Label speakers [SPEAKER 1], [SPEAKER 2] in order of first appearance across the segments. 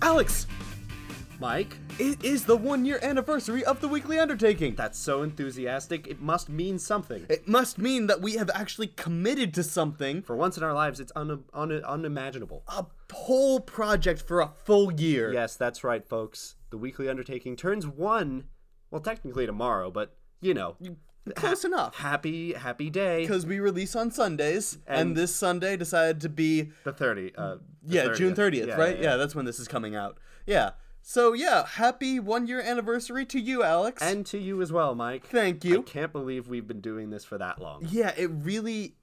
[SPEAKER 1] Alex,
[SPEAKER 2] Mike,
[SPEAKER 1] it is the one year anniversary of the weekly undertaking.
[SPEAKER 2] that's so enthusiastic, it must mean something.
[SPEAKER 1] It must mean that we have actually committed to something
[SPEAKER 2] For once in our lives, it's un- un- unimaginable.
[SPEAKER 1] a whole project for a full year.
[SPEAKER 2] Yes, that's right, folks. The Weekly Undertaking turns one, well, technically tomorrow, but you know.
[SPEAKER 1] Close enough.
[SPEAKER 2] Happy, happy day.
[SPEAKER 1] Because we release on Sundays, and,
[SPEAKER 2] And-
[SPEAKER 1] this Sunday decided to be,
[SPEAKER 2] The 30. Uh, the
[SPEAKER 1] yeah, June 30th,
[SPEAKER 2] Yeah,
[SPEAKER 1] right?
[SPEAKER 2] yeah,
[SPEAKER 1] Yeah,
[SPEAKER 2] yeah.
[SPEAKER 1] that's when this is coming out. Yeah. So, yeah, happy one year anniversary to you, Alex.
[SPEAKER 2] And to you as well, Mike.
[SPEAKER 1] thank
[SPEAKER 2] I
[SPEAKER 1] you.
[SPEAKER 2] can't believe we've been doing this for that long.
[SPEAKER 1] Yeah, it really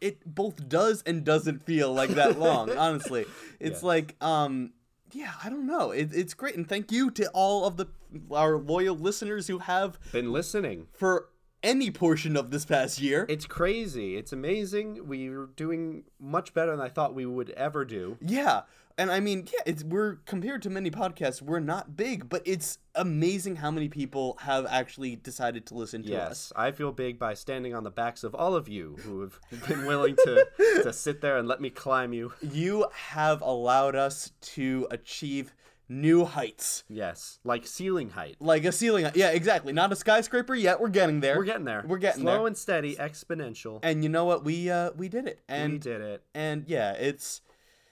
[SPEAKER 1] it both does and doesn't feel like that long, honestly. It's
[SPEAKER 2] Yes.
[SPEAKER 1] like um yeah, I don't know. It, it's great and thank you to all of the our loyal listeners who have
[SPEAKER 2] Been listening.
[SPEAKER 1] for any portion of this past year.
[SPEAKER 2] It's crazy. It's amazing. We're doing much better than I thought we would ever do.
[SPEAKER 1] yeah. And I mean, yeah, it's we're compared to many podcasts, we're not big, but it's amazing how many people have actually decided to listen to
[SPEAKER 2] Yes,
[SPEAKER 1] us.
[SPEAKER 2] I feel big by standing on the backs of all of you who have been willing to, to sit there and let me climb you.
[SPEAKER 1] You have allowed us to achieve new heights.
[SPEAKER 2] Yes, like ceiling height.
[SPEAKER 1] like a ceiling. Yeah, exactly. Not a skyscraper yet. We're getting there.
[SPEAKER 2] We're getting there.
[SPEAKER 1] We're getting
[SPEAKER 2] Slow
[SPEAKER 1] there.
[SPEAKER 2] and steady, exponential.
[SPEAKER 1] and you know what? We uh we did it. And
[SPEAKER 2] we did it.
[SPEAKER 1] and yeah, it's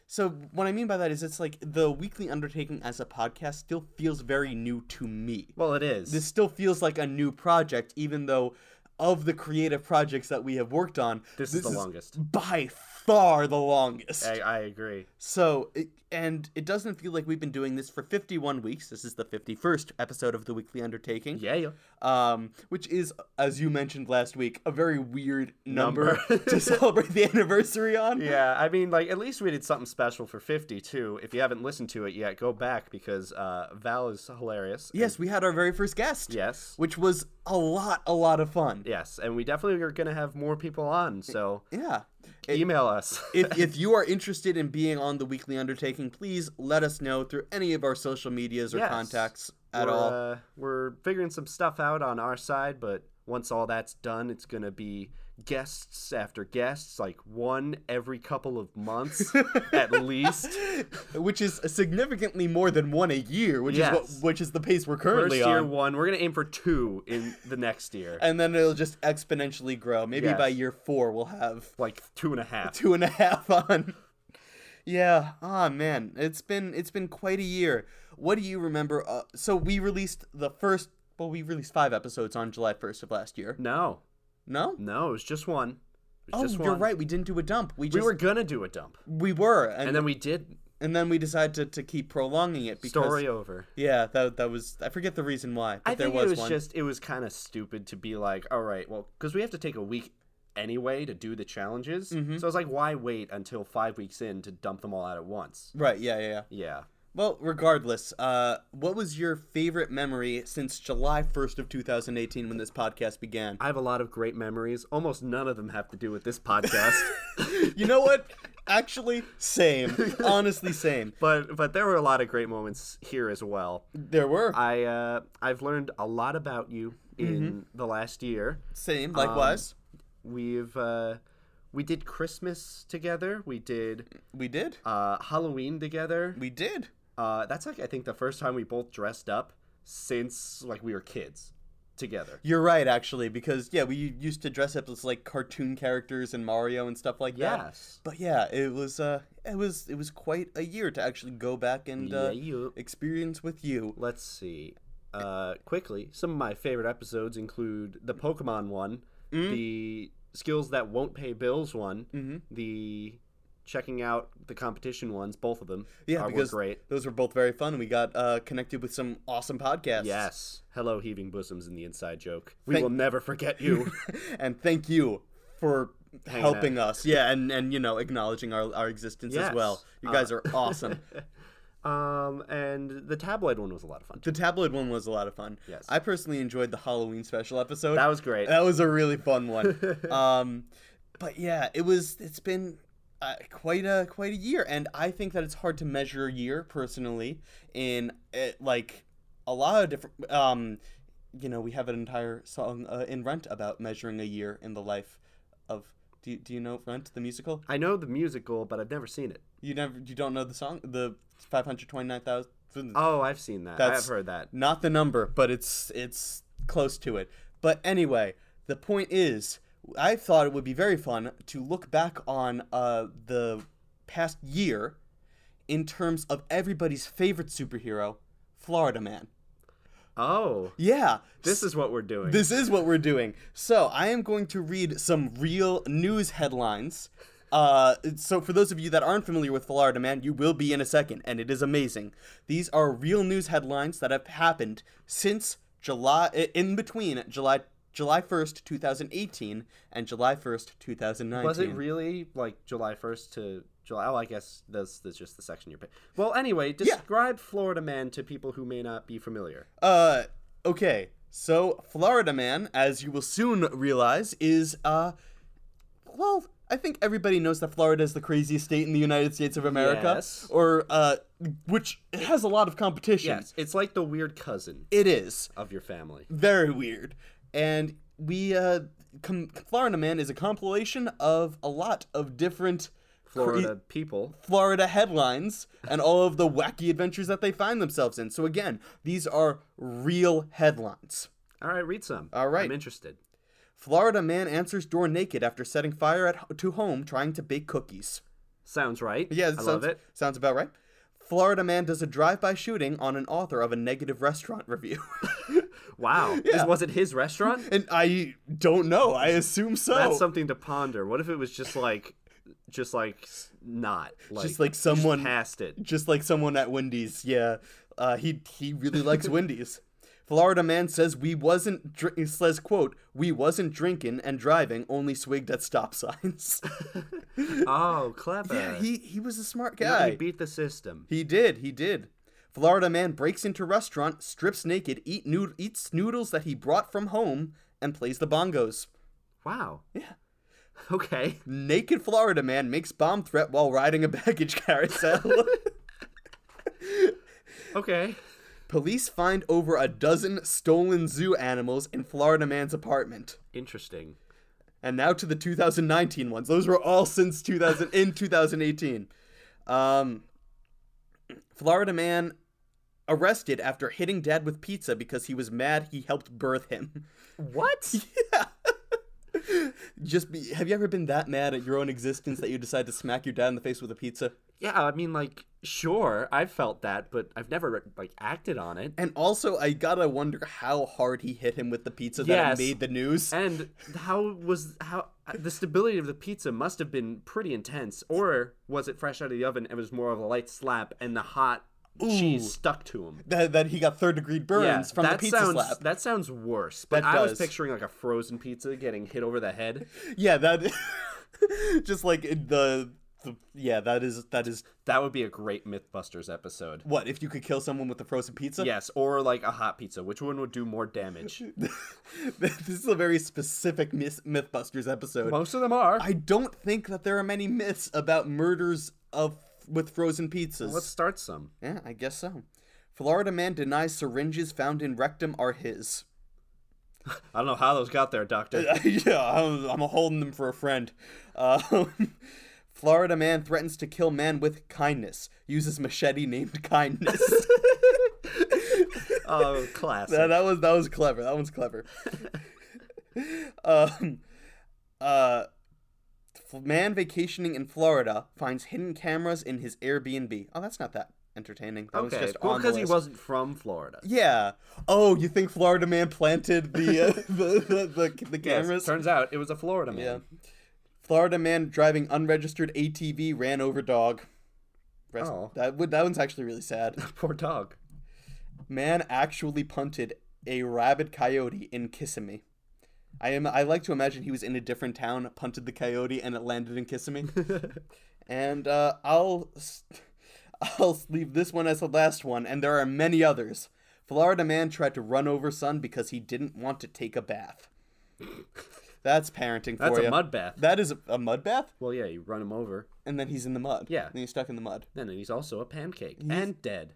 [SPEAKER 1] so what I mean by that is it's like the weekly undertaking as a podcast still feels very new to me.
[SPEAKER 2] Well, it is.
[SPEAKER 1] This still feels like a new project, even though of the creative projects that we have worked on,
[SPEAKER 2] this, is the longest.
[SPEAKER 1] by far the longest.
[SPEAKER 2] I, I agree.
[SPEAKER 1] So, it, and it doesn't feel like we've been doing this for 51 weeks. This is the 51st episode of the Weekly Undertaking.
[SPEAKER 2] Yeah, yeah.
[SPEAKER 1] um, which is, as you mentioned last week, a very weird number,
[SPEAKER 2] Number.
[SPEAKER 1] to celebrate the anniversary on.
[SPEAKER 2] Yeah, I mean, like, at least we did something special for 52. If you haven't listened to it yet, go back because uh, Val is hilarious.
[SPEAKER 1] Yes, we had our very first guest.
[SPEAKER 2] Yes.
[SPEAKER 1] Which was a lot, a lot of fun.
[SPEAKER 2] Yes, and we definitely are going to have more people on, so
[SPEAKER 1] Yeah.
[SPEAKER 2] email us.
[SPEAKER 1] if, if you are interested in being on the weekly undertaking, please let us know through any of our social medias or
[SPEAKER 2] Yes.
[SPEAKER 1] contacts at
[SPEAKER 2] we're,
[SPEAKER 1] all.
[SPEAKER 2] Uh, we're figuring some stuff out on our side, but once all that's done, it's going to be guests after guests, like one every couple of months at least.
[SPEAKER 1] Which is significantly more than one a year, which is
[SPEAKER 2] uh, Yes.
[SPEAKER 1] what which is the pace we're
[SPEAKER 2] First
[SPEAKER 1] currently
[SPEAKER 2] year,
[SPEAKER 1] on.
[SPEAKER 2] one. We're going to aim for two in the next year.
[SPEAKER 1] And then it'll just exponentially grow. Maybe
[SPEAKER 2] Yes.
[SPEAKER 1] by year four we'll have
[SPEAKER 2] like two and a half.
[SPEAKER 1] two and a half on. Yeah. Ah, man, it's been it's been quite a year. What do you remember? Uh, so we released the first. Well, we released five episodes on July first of last year.
[SPEAKER 2] No,
[SPEAKER 1] No.
[SPEAKER 2] no, it was just one. It was
[SPEAKER 1] Oh,
[SPEAKER 2] just
[SPEAKER 1] you're
[SPEAKER 2] one.
[SPEAKER 1] right. We didn't do a dump. We
[SPEAKER 2] We
[SPEAKER 1] just
[SPEAKER 2] were going to do a dump,
[SPEAKER 1] we were, and,
[SPEAKER 2] and then we did.
[SPEAKER 1] and then we decided to, to keep prolonging it because
[SPEAKER 2] Story over.
[SPEAKER 1] yeah, that that was I forget the reason why, but
[SPEAKER 2] I
[SPEAKER 1] there
[SPEAKER 2] think
[SPEAKER 1] was,
[SPEAKER 2] it was
[SPEAKER 1] one.
[SPEAKER 2] just it was kind of stupid to be like, all right, well, because we have to take a week anyway to do the challenges.
[SPEAKER 1] Mm-hmm.
[SPEAKER 2] So I was like, why wait until five weeks in to dump them all out at once?
[SPEAKER 1] Right, yeah, yeah, yeah.
[SPEAKER 2] Yeah.
[SPEAKER 1] Well, regardless, uh, what was your favorite memory since July 1st of 2018 when this podcast began?
[SPEAKER 2] I have a lot of great memories. Almost none of them have to do with this podcast,
[SPEAKER 1] You know what? Actually, same. Honestly, same.
[SPEAKER 2] but but there were a lot of great moments here as well.
[SPEAKER 1] There were
[SPEAKER 2] I uh, I've learned a lot about you in
[SPEAKER 1] Mm-hmm.
[SPEAKER 2] the last year.
[SPEAKER 1] same. Likewise,
[SPEAKER 2] We've uh, we did Christmas together. We did
[SPEAKER 1] we did.
[SPEAKER 2] uh, Halloween together.
[SPEAKER 1] We did.
[SPEAKER 2] Uh, that's like I think the first time we both dressed up since like we were kids together.
[SPEAKER 1] You're right, actually, because yeah, we used to dress up as like cartoon characters and Mario and stuff like that.
[SPEAKER 2] Yes.
[SPEAKER 1] But yeah, it was uh, it was it was quite a year to actually go back and
[SPEAKER 2] Yeah,
[SPEAKER 1] uh,
[SPEAKER 2] you-
[SPEAKER 1] experience with you.
[SPEAKER 2] Let's see. Uh, quickly, some of my favorite episodes include the Pokemon one,
[SPEAKER 1] Mm-hmm.
[SPEAKER 2] the skills that won't pay bills one, the checking out the competition ones. Both of them.
[SPEAKER 1] Yeah,
[SPEAKER 2] are, were
[SPEAKER 1] because
[SPEAKER 2] great.
[SPEAKER 1] those were both very fun. We got uh, connected with some awesome podcasts.
[SPEAKER 2] Yes. Hello, heaving bosoms in the inside joke. We
[SPEAKER 1] Thank-
[SPEAKER 2] will never forget you.
[SPEAKER 1] and thank you for
[SPEAKER 2] out.
[SPEAKER 1] helping us. Yeah, and and you know acknowledging our our existence as
[SPEAKER 2] Yes. Uh,
[SPEAKER 1] well. You guys are awesome.
[SPEAKER 2] um, and the tabloid one was a lot of fun. Too.
[SPEAKER 1] The tabloid one was a lot of fun.
[SPEAKER 2] Yes.
[SPEAKER 1] I personally enjoyed the Halloween special episode.
[SPEAKER 2] That was great.
[SPEAKER 1] That was a really fun one. um, but yeah, it was. It's been uh, quite a quite a year, and I think that it's hard to measure a year personally in uh like a lot of different. Um, you know, we have an entire song uh, in Rent about measuring a year in the life of. Do you, do you know Rent the musical?
[SPEAKER 2] I know the musical, but I've never seen it.
[SPEAKER 1] You never you don't know the song the Five hundred twenty nine thousand.
[SPEAKER 2] Oh, I've seen that.
[SPEAKER 1] That's-
[SPEAKER 2] I've heard that.
[SPEAKER 1] Not the number, but it's it's close to it. But anyway, the point is, I thought it would be very fun to look back on uh, the past year in terms of everybody's favorite superhero, Florida Man.
[SPEAKER 2] Oh,
[SPEAKER 1] Yeah,
[SPEAKER 2] this is what we're doing.
[SPEAKER 1] this is what we're doing. So I am going to read some real news headlines. Uh, so for those of you that aren't familiar with Florida Man, you will be in a second, and it is amazing. These are real news headlines that have happened since July, i- in between July July first, two thousand eighteen, and July first, two thousand nineteen.
[SPEAKER 2] Was it really like July 1st to July? Oh, I guess that's, that's just the section you're paying. Well, anyway, describe Florida Man to people who may not be familiar.
[SPEAKER 1] Uh, okay. So Florida Man, as you will soon realize, is uh, well, I think everybody knows that Florida is the craziest state in the United States of America,
[SPEAKER 2] Yes.
[SPEAKER 1] or uh, which has a lot of competition.
[SPEAKER 2] Yes, it's like the weird cousin
[SPEAKER 1] It is
[SPEAKER 2] of your family.
[SPEAKER 1] very weird, and we uh, com- Florida Man is a compilation of a lot of different. cra-
[SPEAKER 2] Florida people.
[SPEAKER 1] Florida headlines and all of the wacky adventures that they find themselves in. So, again, these are real headlines.
[SPEAKER 2] All right, read some.
[SPEAKER 1] All right.
[SPEAKER 2] I'm interested.
[SPEAKER 1] Florida man answers door naked after setting fire at to home trying to bake cookies.
[SPEAKER 2] Sounds right.
[SPEAKER 1] Yeah,
[SPEAKER 2] I
[SPEAKER 1] sounds,
[SPEAKER 2] love it.
[SPEAKER 1] Sounds about right. Florida man does a drive-by shooting on an author of a negative restaurant review.
[SPEAKER 2] Wow. This- was it his restaurant?
[SPEAKER 1] and I don't know. I assume so.
[SPEAKER 2] That's something to ponder. What if it was just like, just like s- not like
[SPEAKER 1] Just like someone-
[SPEAKER 2] past it.
[SPEAKER 1] Just like someone at Wendy's. Yeah, uh, he he really likes Wendy's. Florida man says we wasn't dr- says quote we wasn't drinking and driving only swigged at stop signs.
[SPEAKER 2] Oh, clever.
[SPEAKER 1] yeah, he he was a smart
[SPEAKER 2] You know,
[SPEAKER 1] guy.
[SPEAKER 2] he beat the system.
[SPEAKER 1] He did. He did. Florida man breaks into restaurant, strips naked, eat nood- eats noodles that he brought from home, and plays the bongos.
[SPEAKER 2] Wow.
[SPEAKER 1] Yeah.
[SPEAKER 2] Okay.
[SPEAKER 1] Naked Florida man makes bomb threat while riding a baggage carousel.
[SPEAKER 2] Okay.
[SPEAKER 1] Police find over a dozen stolen zoo animals in Florida man's apartment.
[SPEAKER 2] Interesting.
[SPEAKER 1] And now to the 2019 ones. Those were all since 2000 in 2018. Um, Florida man arrested after hitting dad with pizza because he was mad he helped birth him.
[SPEAKER 2] What?
[SPEAKER 1] Just be, have you ever been that mad at your own existence that you decide to smack your dad in the face with a pizza?
[SPEAKER 2] yeah, I mean, like, sure, I've felt that, but I've never like acted on it.
[SPEAKER 1] And also, I gotta wonder how hard he hit him with the pizza that
[SPEAKER 2] Yes.
[SPEAKER 1] it made the news.
[SPEAKER 2] And how was how the stability of the pizza must have been pretty intense, or was it fresh out of the oven and was more of a light slap and the hot cheese stuck to him?
[SPEAKER 1] That, that he got third degree burns from the pizza
[SPEAKER 2] sounds
[SPEAKER 1] slap.
[SPEAKER 2] that sounds worse. But
[SPEAKER 1] That
[SPEAKER 2] I was
[SPEAKER 1] does.
[SPEAKER 2] picturing like a frozen pizza getting hit over the head.
[SPEAKER 1] Yeah, that just like the, the yeah, that is that is
[SPEAKER 2] That would be a great MythBusters episode.
[SPEAKER 1] what if you could kill someone with a frozen pizza?
[SPEAKER 2] Yes, or like a hot pizza. Which one would do more damage?
[SPEAKER 1] this is a very specific myth- MythBusters episode.
[SPEAKER 2] Most of them are.
[SPEAKER 1] I don't think that there are many myths about murders of with frozen pizzas.
[SPEAKER 2] Let's start some.
[SPEAKER 1] yeah, I guess so. Florida man denies syringes found in rectum are his.
[SPEAKER 2] I don't know how those got there, Doctor.
[SPEAKER 1] yeah, I'm, I'm holding them for a friend. Uh, Florida man threatens to kill man with kindness. Uses machete named kindness.
[SPEAKER 2] Oh, classic.
[SPEAKER 1] that, that was that was clever. That one's clever. um, uh, f- man vacationing in Florida finds hidden cameras in his Airbnb. Oh, that's not that entertaining. That was
[SPEAKER 2] okay.
[SPEAKER 1] just
[SPEAKER 2] well,
[SPEAKER 1] on the
[SPEAKER 2] because he
[SPEAKER 1] list.
[SPEAKER 2] wasn't from Florida.
[SPEAKER 1] Yeah. Oh, you think Florida man planted the uh, the, the, the the
[SPEAKER 2] Yes,
[SPEAKER 1] cameras?
[SPEAKER 2] turns out it was a Florida man.
[SPEAKER 1] Yeah. Florida man driving unregistered ATV ran over dog. Rest-
[SPEAKER 2] Oh.
[SPEAKER 1] That would that one's actually really sad.
[SPEAKER 2] Poor dog.
[SPEAKER 1] Man actually punted a rabid coyote in Kissimmee. I am I like to imagine he was in a different town, punted the coyote, and it landed in Kissimmee. and uh, I'll s- I'll leave this one as the last one, and there are many others. Florida man tried to run over son because he didn't want to take a bath. That's parenting for
[SPEAKER 2] That's
[SPEAKER 1] you.
[SPEAKER 2] a mud bath.
[SPEAKER 1] That is a, a mud bath,
[SPEAKER 2] Well, yeah, you run him over,
[SPEAKER 1] and then he's in the mud.
[SPEAKER 2] Yeah.
[SPEAKER 1] then he's stuck in the mud.
[SPEAKER 2] and then he's also a pancake and dead.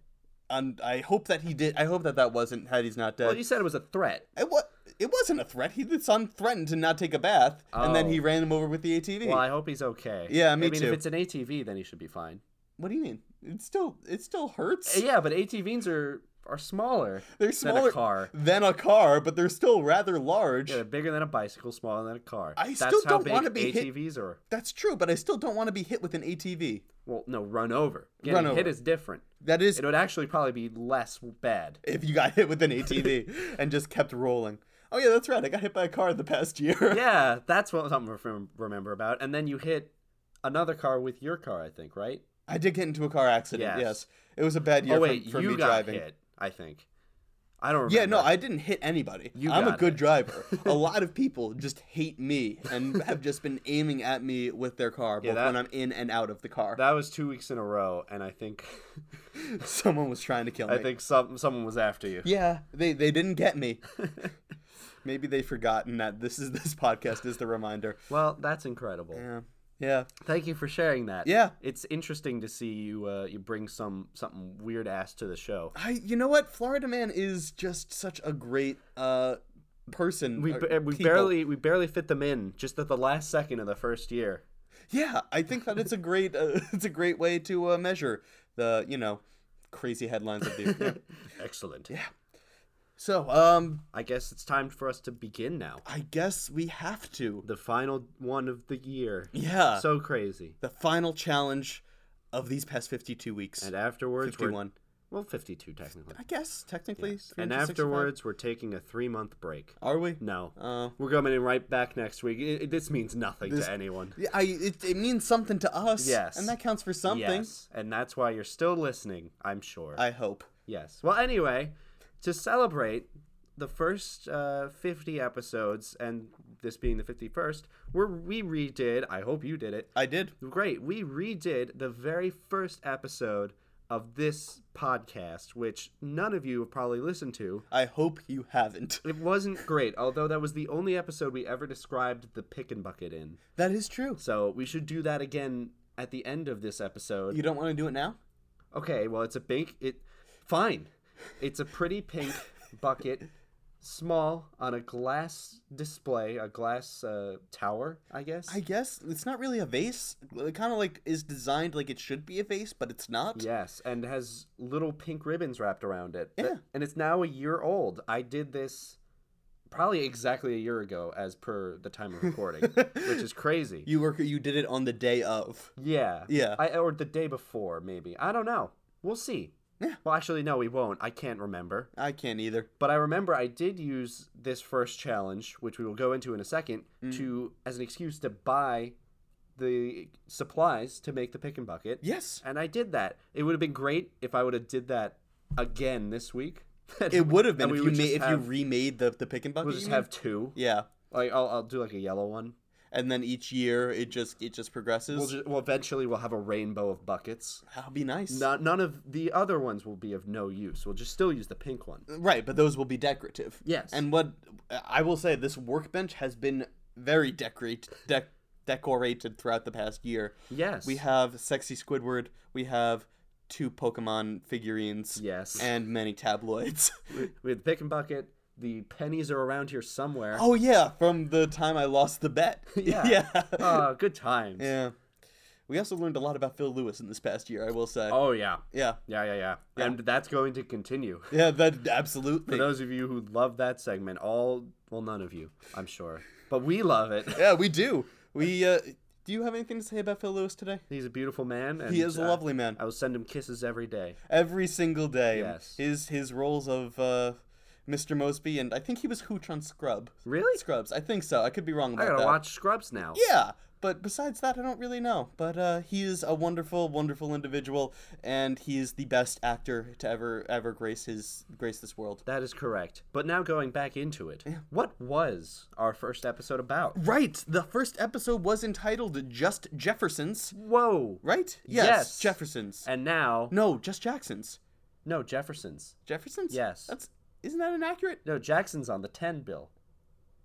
[SPEAKER 1] And I hope that he did. I hope that that wasn't had he's not dead.
[SPEAKER 2] Well, you said it was a threat.
[SPEAKER 1] It wa- It wasn't a threat. He the son threatened to not take a bath, and then
[SPEAKER 2] Oh.
[SPEAKER 1] he ran him over with the ATV.
[SPEAKER 2] Well, I hope he's okay.
[SPEAKER 1] Yeah, me
[SPEAKER 2] I mean,
[SPEAKER 1] too.
[SPEAKER 2] if it's an ATV, then he should be fine. Uh,
[SPEAKER 1] What do you mean? It still it still hurts.
[SPEAKER 2] Yeah, but ATVs are are smaller.
[SPEAKER 1] They're
[SPEAKER 2] than
[SPEAKER 1] smaller
[SPEAKER 2] a car.
[SPEAKER 1] than a car, but they're still rather large.
[SPEAKER 2] Yeah, they're bigger than a bicycle, smaller than a car.
[SPEAKER 1] I
[SPEAKER 2] That's
[SPEAKER 1] still
[SPEAKER 2] how
[SPEAKER 1] don't
[SPEAKER 2] big
[SPEAKER 1] wanna be hit-
[SPEAKER 2] ATVs are.
[SPEAKER 1] That's true, but I still don't want to be hit with an ATV.
[SPEAKER 2] Well, no, run over. Getting
[SPEAKER 1] Run
[SPEAKER 2] hit
[SPEAKER 1] over.
[SPEAKER 2] is different.
[SPEAKER 1] That is
[SPEAKER 2] It would actually probably be less bad.
[SPEAKER 1] if you got hit with an ATV and just kept rolling. Oh yeah, that's right. I got hit by a car the past year.
[SPEAKER 2] Yeah, that's what I'm rem- remember about. And then you hit another car with your car, I think, right?
[SPEAKER 1] I did get into a car accident.
[SPEAKER 2] Yes.
[SPEAKER 1] Yes, it was a bad year
[SPEAKER 2] oh
[SPEAKER 1] for-
[SPEAKER 2] wait,
[SPEAKER 1] for,
[SPEAKER 2] you
[SPEAKER 1] me
[SPEAKER 2] got
[SPEAKER 1] driving.
[SPEAKER 2] hit. I think. I don't remember.
[SPEAKER 1] Yeah, no, I didn't hit anybody.
[SPEAKER 2] You
[SPEAKER 1] I'm a
[SPEAKER 2] got
[SPEAKER 1] good
[SPEAKER 2] hit.
[SPEAKER 1] driver. a lot of people just hate me and have just been aiming at me with their car, both
[SPEAKER 2] that-
[SPEAKER 1] when I'm in and out of the car.
[SPEAKER 2] That was two weeks in a row, and I think,
[SPEAKER 1] Someone was trying to kill me.
[SPEAKER 2] I think some someone was after you.
[SPEAKER 1] Yeah, they they didn't get me. Maybe they've forgotten that this is this podcast is the reminder.
[SPEAKER 2] Well, that's incredible.
[SPEAKER 1] Yeah, yeah,
[SPEAKER 2] Thank you for sharing that.
[SPEAKER 1] yeah.
[SPEAKER 2] It's interesting to see you uh, you bring some something weird ass to the show.
[SPEAKER 1] I you know what? Florida man is just such a great uh person.
[SPEAKER 2] We,
[SPEAKER 1] uh,
[SPEAKER 2] ba- we
[SPEAKER 1] people.
[SPEAKER 2] barely we barely fit them in just at the last second of the first year.
[SPEAKER 1] yeah. I think that it's a great uh, it's a great way to uh, measure the you know crazy headlines of the year.
[SPEAKER 2] Excellent.
[SPEAKER 1] so um
[SPEAKER 2] I guess it's time for us to begin now.
[SPEAKER 1] I guess we have to
[SPEAKER 2] The final one of the year.
[SPEAKER 1] yeah
[SPEAKER 2] So crazy.
[SPEAKER 1] the final challenge of these past fifty two weeks
[SPEAKER 2] And afterwards,
[SPEAKER 1] fifty one
[SPEAKER 2] we're well, fifty-two technically.
[SPEAKER 1] I guess technically
[SPEAKER 2] And
[SPEAKER 1] 365.
[SPEAKER 2] afterwards, we're taking a three-month break.
[SPEAKER 1] are we
[SPEAKER 2] No,
[SPEAKER 1] Uh,
[SPEAKER 2] we're coming in right back next week. I- I- this means nothing
[SPEAKER 1] This-
[SPEAKER 2] to anyone.
[SPEAKER 1] Yeah, I it, it means something to us.
[SPEAKER 2] Yes.
[SPEAKER 1] And that counts for something.
[SPEAKER 2] Yes, and that's why you're still listening. I'm sure.
[SPEAKER 1] I hope.
[SPEAKER 2] Yes. Well, anyway, to celebrate the first uh, 50 episodes, and this being the 51st, we're, we redid, I hope you did it.
[SPEAKER 1] I did.
[SPEAKER 2] Great. We redid the very first episode of this podcast, which none of you have probably listened to.
[SPEAKER 1] I hope you haven't.
[SPEAKER 2] It wasn't great, although that was the only episode we ever described the pick and bucket in.
[SPEAKER 1] That is true.
[SPEAKER 2] So we should do that again at the end of this episode.
[SPEAKER 1] You don't want to do it now?
[SPEAKER 2] Okay, well, it's a pink. It fine. It's a pretty pink bucket, small on a glass display, a glass uh, tower, I guess.
[SPEAKER 1] I guess it's not really a vase. It kind of like is designed like it should be a vase, but it's not.
[SPEAKER 2] Yes, and has little pink ribbons wrapped around it. Th-
[SPEAKER 1] Yeah.
[SPEAKER 2] And it's now a year old. I did this probably exactly a year ago, as per the time of recording, which is crazy.
[SPEAKER 1] You were you did it on the day of.
[SPEAKER 2] Yeah.
[SPEAKER 1] Yeah.
[SPEAKER 2] I or the day before, maybe. I don't know. We'll see.
[SPEAKER 1] Yeah.
[SPEAKER 2] Well, actually, no, we won't. I can't remember.
[SPEAKER 1] I can't either.
[SPEAKER 2] But I remember I did use this first challenge, which we will go into in a second,
[SPEAKER 1] Mm.
[SPEAKER 2] to as an excuse to buy the supplies to make the pick and bucket.
[SPEAKER 1] Yes.
[SPEAKER 2] And I did that. It would have been great if I would have did that again this week.
[SPEAKER 1] It would have been
[SPEAKER 2] And
[SPEAKER 1] if
[SPEAKER 2] we
[SPEAKER 1] you
[SPEAKER 2] would
[SPEAKER 1] made,
[SPEAKER 2] just
[SPEAKER 1] if
[SPEAKER 2] have-
[SPEAKER 1] you remade the the pick and bucket.
[SPEAKER 2] We'll
[SPEAKER 1] you
[SPEAKER 2] just
[SPEAKER 1] mean?
[SPEAKER 2] have two.
[SPEAKER 1] yeah,
[SPEAKER 2] Like I'll, I'll do like a yellow one.
[SPEAKER 1] and then each year it just it just progresses.
[SPEAKER 2] We'll, just, well, eventually we'll have a rainbow of buckets.
[SPEAKER 1] That'll be nice.
[SPEAKER 2] No- none of the other ones will be of no use. We'll just still use the pink one.
[SPEAKER 1] Right, but those will be decorative.
[SPEAKER 2] Yes.
[SPEAKER 1] And what I will say, this workbench has been very decorate, dec decorated throughout the past year.
[SPEAKER 2] Yes.
[SPEAKER 1] We have sexy Squidward. We have two Pokemon figurines.
[SPEAKER 2] Yes.
[SPEAKER 1] And many tabloids.
[SPEAKER 2] we had the pick and bucket. The pennies are around here somewhere.
[SPEAKER 1] oh yeah, from the time I lost the bet.
[SPEAKER 2] Yeah.
[SPEAKER 1] yeah.
[SPEAKER 2] Oh, good times.
[SPEAKER 1] Yeah. We also learned a lot about Phil Lewis in this past year. I will say.
[SPEAKER 2] Oh yeah.
[SPEAKER 1] Yeah.
[SPEAKER 2] yeah, yeah, yeah, and that's going to continue.
[SPEAKER 1] Yeah. That absolutely.
[SPEAKER 2] For those of you who love that segment, all well, none of you, I'm sure, but we love it.
[SPEAKER 1] yeah, we do. We. Uh, do you have anything to say about Phil Lewis today?
[SPEAKER 2] He's a beautiful man. And,
[SPEAKER 1] He is a
[SPEAKER 2] uh,
[SPEAKER 1] lovely man.
[SPEAKER 2] I will send him kisses every day.
[SPEAKER 1] every single day.
[SPEAKER 2] Yes.
[SPEAKER 1] His his roles of uh, Mr. Mosby and I think he was Hooch on Scrub.
[SPEAKER 2] Really?
[SPEAKER 1] Scrubs. I think so. I could be wrong
[SPEAKER 2] I
[SPEAKER 1] about
[SPEAKER 2] gotta
[SPEAKER 1] that.
[SPEAKER 2] watch Scrubs now.
[SPEAKER 1] Yeah. But besides that, I don't really know. But uh, he is a wonderful, wonderful individual, and he is the best actor to ever, ever grace his grace this world.
[SPEAKER 2] That is correct. But now going back into it, what was our first episode about?
[SPEAKER 1] Right. The first episode was entitled "Just Jeffersons,"
[SPEAKER 2] Whoa.
[SPEAKER 1] right?
[SPEAKER 2] Yes.
[SPEAKER 1] Jeffersons.
[SPEAKER 2] And now,
[SPEAKER 1] no, just Jacksons.
[SPEAKER 2] no Jefferson's.
[SPEAKER 1] Jeffersons.
[SPEAKER 2] Yes.
[SPEAKER 1] That's isn't that inaccurate?
[SPEAKER 2] No Jackson's on the ten bill.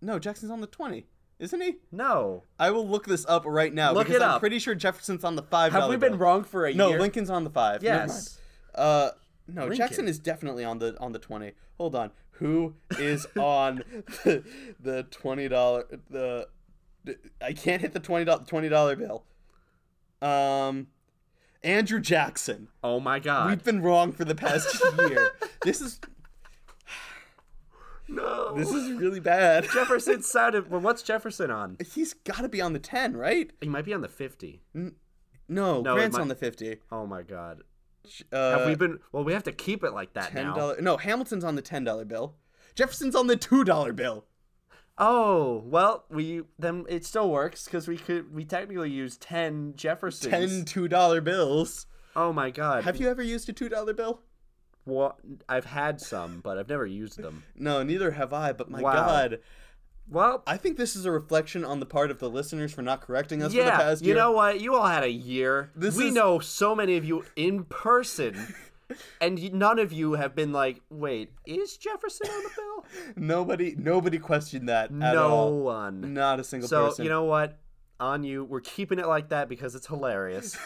[SPEAKER 1] No, Jackson's on the twenty, isn't he?
[SPEAKER 2] No.
[SPEAKER 1] I will look this up right now.
[SPEAKER 2] Look
[SPEAKER 1] because
[SPEAKER 2] it
[SPEAKER 1] I'm
[SPEAKER 2] up.
[SPEAKER 1] pretty sure Jefferson's on the five.
[SPEAKER 2] Have we
[SPEAKER 1] dollar
[SPEAKER 2] been
[SPEAKER 1] bill.
[SPEAKER 2] wrong for a
[SPEAKER 1] No,
[SPEAKER 2] year?
[SPEAKER 1] Lincoln's on the five. Never mind.
[SPEAKER 2] Yes.
[SPEAKER 1] Uh, no,
[SPEAKER 2] Lincoln.
[SPEAKER 1] Jackson is definitely on the on the twenty. Hold on, who is on the, the twenty dollar the? I can't hit the twenty dollar twenty dollar bill. Um, Andrew Jackson.
[SPEAKER 2] Oh my god.
[SPEAKER 1] We've been wrong for the past year. This is
[SPEAKER 2] no.
[SPEAKER 1] this is really bad.
[SPEAKER 2] Jefferson sounded. Well, what's Jefferson on?
[SPEAKER 1] He's got to be on the 10, right?
[SPEAKER 2] He might be on the 50.
[SPEAKER 1] No,
[SPEAKER 2] No, it
[SPEAKER 1] Grant's
[SPEAKER 2] might-
[SPEAKER 1] on the 50.
[SPEAKER 2] Oh my god.
[SPEAKER 1] Uh,
[SPEAKER 2] Have we been. Well, we have to keep it like that
[SPEAKER 1] ten
[SPEAKER 2] now.
[SPEAKER 1] dollar? No, Hamilton's on the ten dollar bill. Jefferson's on the two dollar bill.
[SPEAKER 2] Oh, well, we. Then it still works because we could. We technically use 10 Jeffersons.
[SPEAKER 1] Ten two dollar bills.
[SPEAKER 2] Oh my god.
[SPEAKER 1] Have you ever used a two dollar bill?
[SPEAKER 2] What? I've had some, but I've never used them.
[SPEAKER 1] No, neither have I. But my
[SPEAKER 2] Wow.
[SPEAKER 1] God,
[SPEAKER 2] Well,
[SPEAKER 1] I think this is a reflection on the part of the listeners for not correcting us for the
[SPEAKER 2] yeah.
[SPEAKER 1] past
[SPEAKER 2] You
[SPEAKER 1] year.
[SPEAKER 2] know what? You all had a year.
[SPEAKER 1] This
[SPEAKER 2] we
[SPEAKER 1] is-
[SPEAKER 2] know so many of you in person, and y- none of you have been like, wait, is Jefferson on the bill?
[SPEAKER 1] nobody, nobody questioned that at
[SPEAKER 2] no
[SPEAKER 1] all.
[SPEAKER 2] one.
[SPEAKER 1] Not a single
[SPEAKER 2] So
[SPEAKER 1] person.
[SPEAKER 2] you know what? On you, we're keeping it like that because it's hilarious.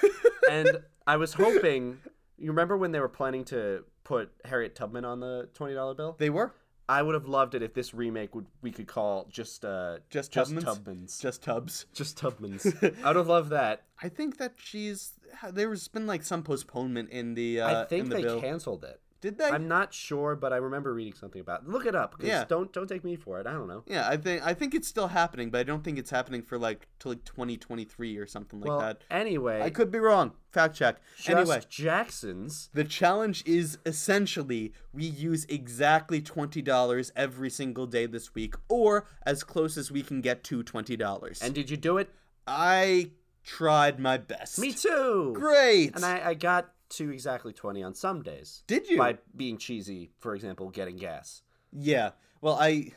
[SPEAKER 2] and I was hoping, you remember when they were planning to put Harriet Tubman on the twenty dollar bill?
[SPEAKER 1] they were
[SPEAKER 2] I would have loved it if this remake would we could call just uh
[SPEAKER 1] Just Tubmans?
[SPEAKER 2] Tubman's. Just,
[SPEAKER 1] just tubs.
[SPEAKER 2] Tubman's. I would have loved that.
[SPEAKER 1] I think that she's there's been like some postponement in the. Uh,
[SPEAKER 2] I think
[SPEAKER 1] in the
[SPEAKER 2] they
[SPEAKER 1] bill.
[SPEAKER 2] canceled it.
[SPEAKER 1] Did they?
[SPEAKER 2] I'm not sure, but I remember reading something about. It. Look it up. 'cause
[SPEAKER 1] Yeah.
[SPEAKER 2] Don't don't take me for it. I don't know.
[SPEAKER 1] Yeah, I think I think it's still happening, but I don't think it's happening for like till like 2023 or something like
[SPEAKER 2] well,
[SPEAKER 1] that.
[SPEAKER 2] anyway,
[SPEAKER 1] I could be wrong. Fact check.
[SPEAKER 2] just
[SPEAKER 1] Anyway,
[SPEAKER 2] Jackson's.
[SPEAKER 1] the challenge is essentially we use exactly $20 every single day this week or as close as we can get to $20.
[SPEAKER 2] And did you do it?
[SPEAKER 1] I tried my best.
[SPEAKER 2] Me too.
[SPEAKER 1] Great.
[SPEAKER 2] And I, I got to exactly 20 on some days.
[SPEAKER 1] Did you?
[SPEAKER 2] By being cheesy, for example, getting gas.
[SPEAKER 1] Yeah. Well, I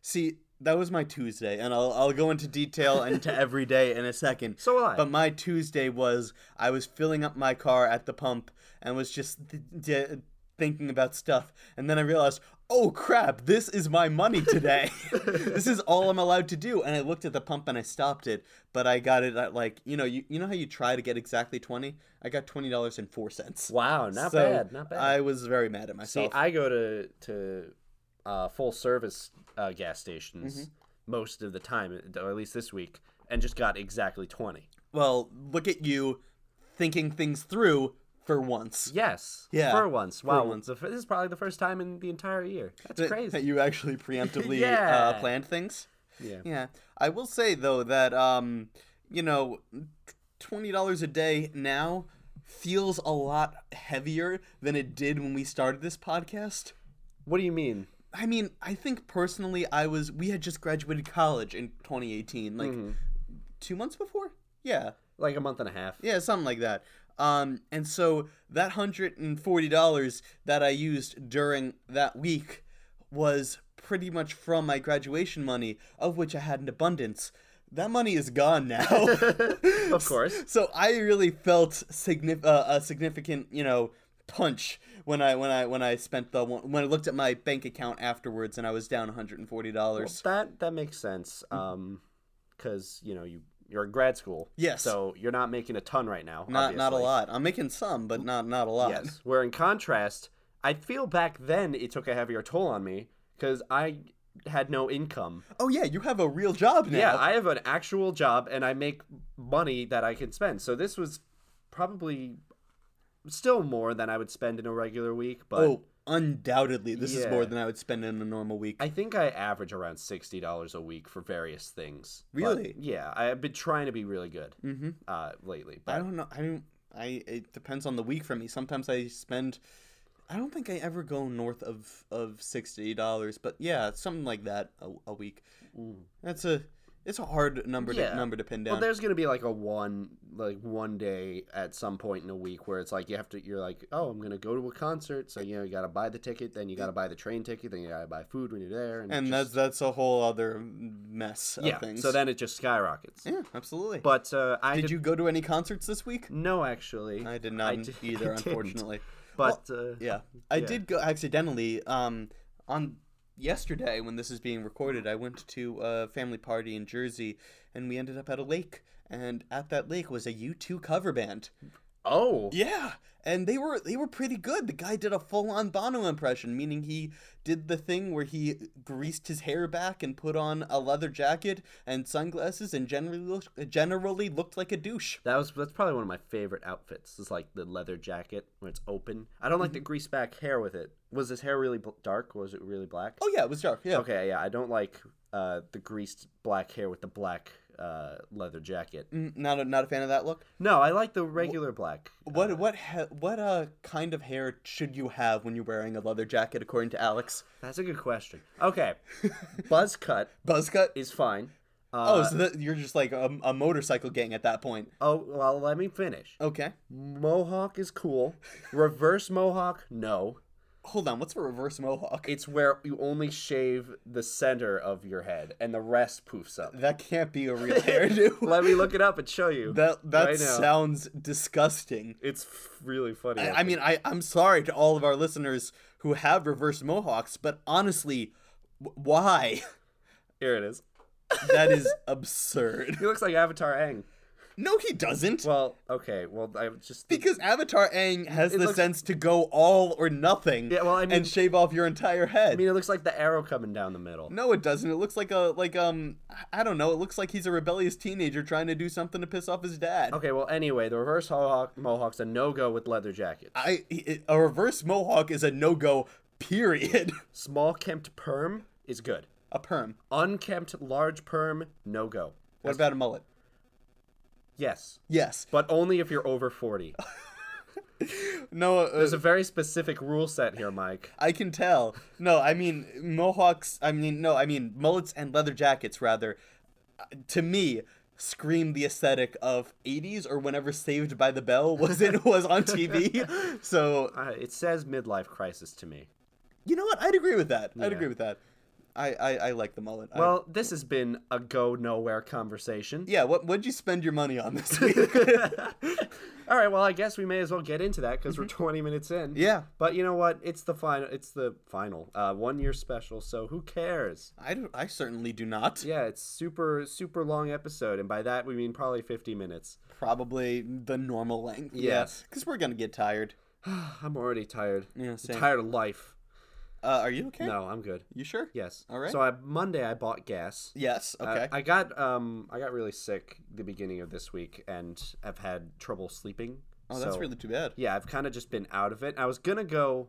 [SPEAKER 1] see that was my Tuesday, and I'll I'll go into detail and to every day in a second.
[SPEAKER 2] So will I.
[SPEAKER 1] But my Tuesday was I was filling up my car at the pump and was just th- d- thinking about stuff, and then I realized, oh crap, this is my money today. this is all I'm allowed to do. And I looked at the pump and I stopped it, but I got it at like you know you you know how you try to get exactly twenty. I got twenty dollars and four cents.
[SPEAKER 2] Wow, not
[SPEAKER 1] So
[SPEAKER 2] bad, not bad.
[SPEAKER 1] I was very mad at
[SPEAKER 2] See,
[SPEAKER 1] myself.
[SPEAKER 2] I go to to uh, full service uh, gas stations
[SPEAKER 1] Mm-hmm.
[SPEAKER 2] most of the time, or at least this week, and just got exactly 20.
[SPEAKER 1] well, look at you thinking things through for once.
[SPEAKER 2] Yes.
[SPEAKER 1] Yeah,
[SPEAKER 2] For once. Wow.
[SPEAKER 1] once.
[SPEAKER 2] the f- this is probably the first time in the entire year. That's
[SPEAKER 1] That-
[SPEAKER 2] crazy.
[SPEAKER 1] That you actually preemptively uh,
[SPEAKER 2] Yeah.
[SPEAKER 1] planned things.
[SPEAKER 2] Yeah.
[SPEAKER 1] Yeah. I will say though that um, you know, twenty dollars a day now feels a lot heavier than it did when we started this podcast.
[SPEAKER 2] What do you mean?
[SPEAKER 1] I mean, I think personally, I was we had just graduated college in 2018, like two months before. Yeah.
[SPEAKER 2] Like a month and a half.
[SPEAKER 1] Yeah, something like that. Um, and so that hundred and forty dollars that I used during that week was pretty much from my graduation money, of which I had an abundance. That money is gone now.
[SPEAKER 2] Of course.
[SPEAKER 1] so I really felt signif- uh, a significant, you know, punch when I when I when I spent the one, when I looked at my bank account afterwards and I was down one hundred and forty dollars.
[SPEAKER 2] That that makes sense.
[SPEAKER 1] Mm.
[SPEAKER 2] Um, because you know you you're in grad school.
[SPEAKER 1] Yes.
[SPEAKER 2] So you're not making a ton right now.
[SPEAKER 1] Not not a
[SPEAKER 2] obviously.
[SPEAKER 1] lot. I'm making some, but not not a lot.
[SPEAKER 2] Yes. Where in contrast, I feel back then it took a heavier toll on me because I had no income.
[SPEAKER 1] Oh yeah, you have a real job now.
[SPEAKER 2] Yeah, I have an actual job and I make money that I can spend. So this was probably still more than I would spend in a regular week, but.
[SPEAKER 1] Oh, undoubtedly, this is more
[SPEAKER 2] Yeah.
[SPEAKER 1] than I would spend in a normal week.
[SPEAKER 2] I think I average around sixty dollars a week for various things. But,
[SPEAKER 1] Really? Mm-hmm.
[SPEAKER 2] yeah, I've been trying to be really good uh, lately. But
[SPEAKER 1] I don't know. I don't. I it depends on the week for me. Sometimes I spend. I don't think I ever go north of of sixty dollars, but yeah, something like that a, a week. That's a it's a hard number
[SPEAKER 2] Yeah.
[SPEAKER 1] to number to pin down.
[SPEAKER 2] Well, there's gonna be like a one, like one day at some point in a week where it's like you have to, you're like, oh, I'm gonna go to a concert, so you know you gotta buy the ticket, then you gotta buy the train ticket, then you gotta buy food when you're there, and,
[SPEAKER 1] and
[SPEAKER 2] just-
[SPEAKER 1] that's that's a whole other mess
[SPEAKER 2] yeah.
[SPEAKER 1] of things.
[SPEAKER 2] So then it just skyrockets.
[SPEAKER 1] yeah, absolutely. But
[SPEAKER 2] But uh, I
[SPEAKER 1] did you go to any concerts this week?
[SPEAKER 2] No, actually,
[SPEAKER 1] I did not
[SPEAKER 2] di- I
[SPEAKER 1] either,
[SPEAKER 2] didn't.
[SPEAKER 1] unfortunately.
[SPEAKER 2] But uh,
[SPEAKER 1] Yeah, I
[SPEAKER 2] Yeah.
[SPEAKER 1] did go accidentally. Um, on yesterday when this is being recorded, I went to a family party in Jersey, and we ended up at a lake. And at that lake was a U two cover band.
[SPEAKER 2] Oh.
[SPEAKER 1] Yeah, and they were they were pretty good. The guy did a full on Bono impression, meaning he did the thing where he greased his hair back and put on a leather jacket and sunglasses, and generally looked, generally looked like a douche.
[SPEAKER 2] That was that's probably one of my favorite outfits. Is like the leather jacket when it's open. I don't
[SPEAKER 1] Mm-hmm.
[SPEAKER 2] like the grease back hair with it. Was his hair really bl- dark? Was it really black?
[SPEAKER 1] Oh yeah, it was dark. Yeah,
[SPEAKER 2] Okay, yeah, I don't like uh, the greased black hair with the black uh, leather jacket.
[SPEAKER 1] Mm, not a, not a fan of that look.
[SPEAKER 2] No, I like the regular black.
[SPEAKER 1] What
[SPEAKER 2] uh,
[SPEAKER 1] what ha- what uh kind of hair should you have when you're wearing a leather jacket? According to Alex,
[SPEAKER 2] That's a good question. Okay, buzz cut
[SPEAKER 1] buzz cut.
[SPEAKER 2] is fine.
[SPEAKER 1] oh,
[SPEAKER 2] Uh,
[SPEAKER 1] so that you're just like a, a motorcycle gang at that point.
[SPEAKER 2] oh, well, let me finish.
[SPEAKER 1] Okay,
[SPEAKER 2] Mohawk is cool. Reverse mohawk, no.
[SPEAKER 1] hold on. What's a reverse mohawk?
[SPEAKER 2] It's where you only shave the center of your head and the rest poofs up.
[SPEAKER 1] that can't be a real hairdo.
[SPEAKER 2] Let me look it up and show you.
[SPEAKER 1] that that
[SPEAKER 2] right now.
[SPEAKER 1] sounds disgusting.
[SPEAKER 2] it's f- really funny.
[SPEAKER 1] I, I mean, I I'm sorry to all of our listeners who have reverse mohawks, but honestly, w- why?
[SPEAKER 2] here it is.
[SPEAKER 1] that is absurd.
[SPEAKER 2] He looks like Avatar Aang.
[SPEAKER 1] No, he doesn't.
[SPEAKER 2] Well, okay. Well, I was just
[SPEAKER 1] Because Avatar Aang has
[SPEAKER 2] It
[SPEAKER 1] the
[SPEAKER 2] looks-
[SPEAKER 1] sense to go all or nothing
[SPEAKER 2] Yeah, well, I mean-
[SPEAKER 1] and shave off your entire head.
[SPEAKER 2] I mean, it looks like the arrow coming down the middle.
[SPEAKER 1] no, it doesn't. It looks like a like um I don't know. It looks like he's a rebellious teenager trying to do something to piss off his dad.
[SPEAKER 2] Okay, well, anyway, the reverse mohawk, mohawk's a no go with leather jackets.
[SPEAKER 1] I it- a reverse mohawk is a no go. Period.
[SPEAKER 2] Small kempt perm is good.
[SPEAKER 1] a perm.
[SPEAKER 2] Unkempt large perm, no go.
[SPEAKER 1] What about a mullet?
[SPEAKER 2] Yes,
[SPEAKER 1] Yes.
[SPEAKER 2] but only if you're over 40.
[SPEAKER 1] No. Uh,
[SPEAKER 2] There's a very specific rule set here, Mike.
[SPEAKER 1] I can tell. No, I mean mohawks. I mean no. I mean mullets and leather jackets rather. uh, To me, scream the aesthetic of '80s or whenever Saved by the Bell was it was on TV. So
[SPEAKER 2] Uh, it says midlife crisis to me.
[SPEAKER 1] you know what? I'd agree with that. I'd
[SPEAKER 2] Yeah.
[SPEAKER 1] agree with that. I I, I like the mullet. I-
[SPEAKER 2] Well, this has been a go nowhere conversation.
[SPEAKER 1] yeah. What what'd you spend your money on this week?
[SPEAKER 2] All right, well, I guess we may as well get into that because we're 20 minutes in.
[SPEAKER 1] Mm-hmm. yeah.
[SPEAKER 2] But you know what? It's the final. It's the final uh, one year special. So who cares?
[SPEAKER 1] I do, I certainly do not.
[SPEAKER 2] Yeah, it's super super long episode, and by that we mean probably 50 minutes.
[SPEAKER 1] Probably the normal length.
[SPEAKER 2] Yes.
[SPEAKER 1] Because we're gonna get tired.
[SPEAKER 2] I'm already tired.
[SPEAKER 1] Yeah. Mm, Same.
[SPEAKER 2] Tired of life.
[SPEAKER 1] Uh, are you okay?
[SPEAKER 2] No, I'm good.
[SPEAKER 1] You sure?
[SPEAKER 2] Yes.
[SPEAKER 1] All right.
[SPEAKER 2] So I, Monday I bought gas.
[SPEAKER 1] Yes.
[SPEAKER 2] Uh,
[SPEAKER 1] Okay.
[SPEAKER 2] I got um I got really sick the beginning of this week and I've had trouble sleeping.
[SPEAKER 1] oh, that's
[SPEAKER 2] so-
[SPEAKER 1] really too bad.
[SPEAKER 2] yeah, I've kind of just been out of it. I was gonna go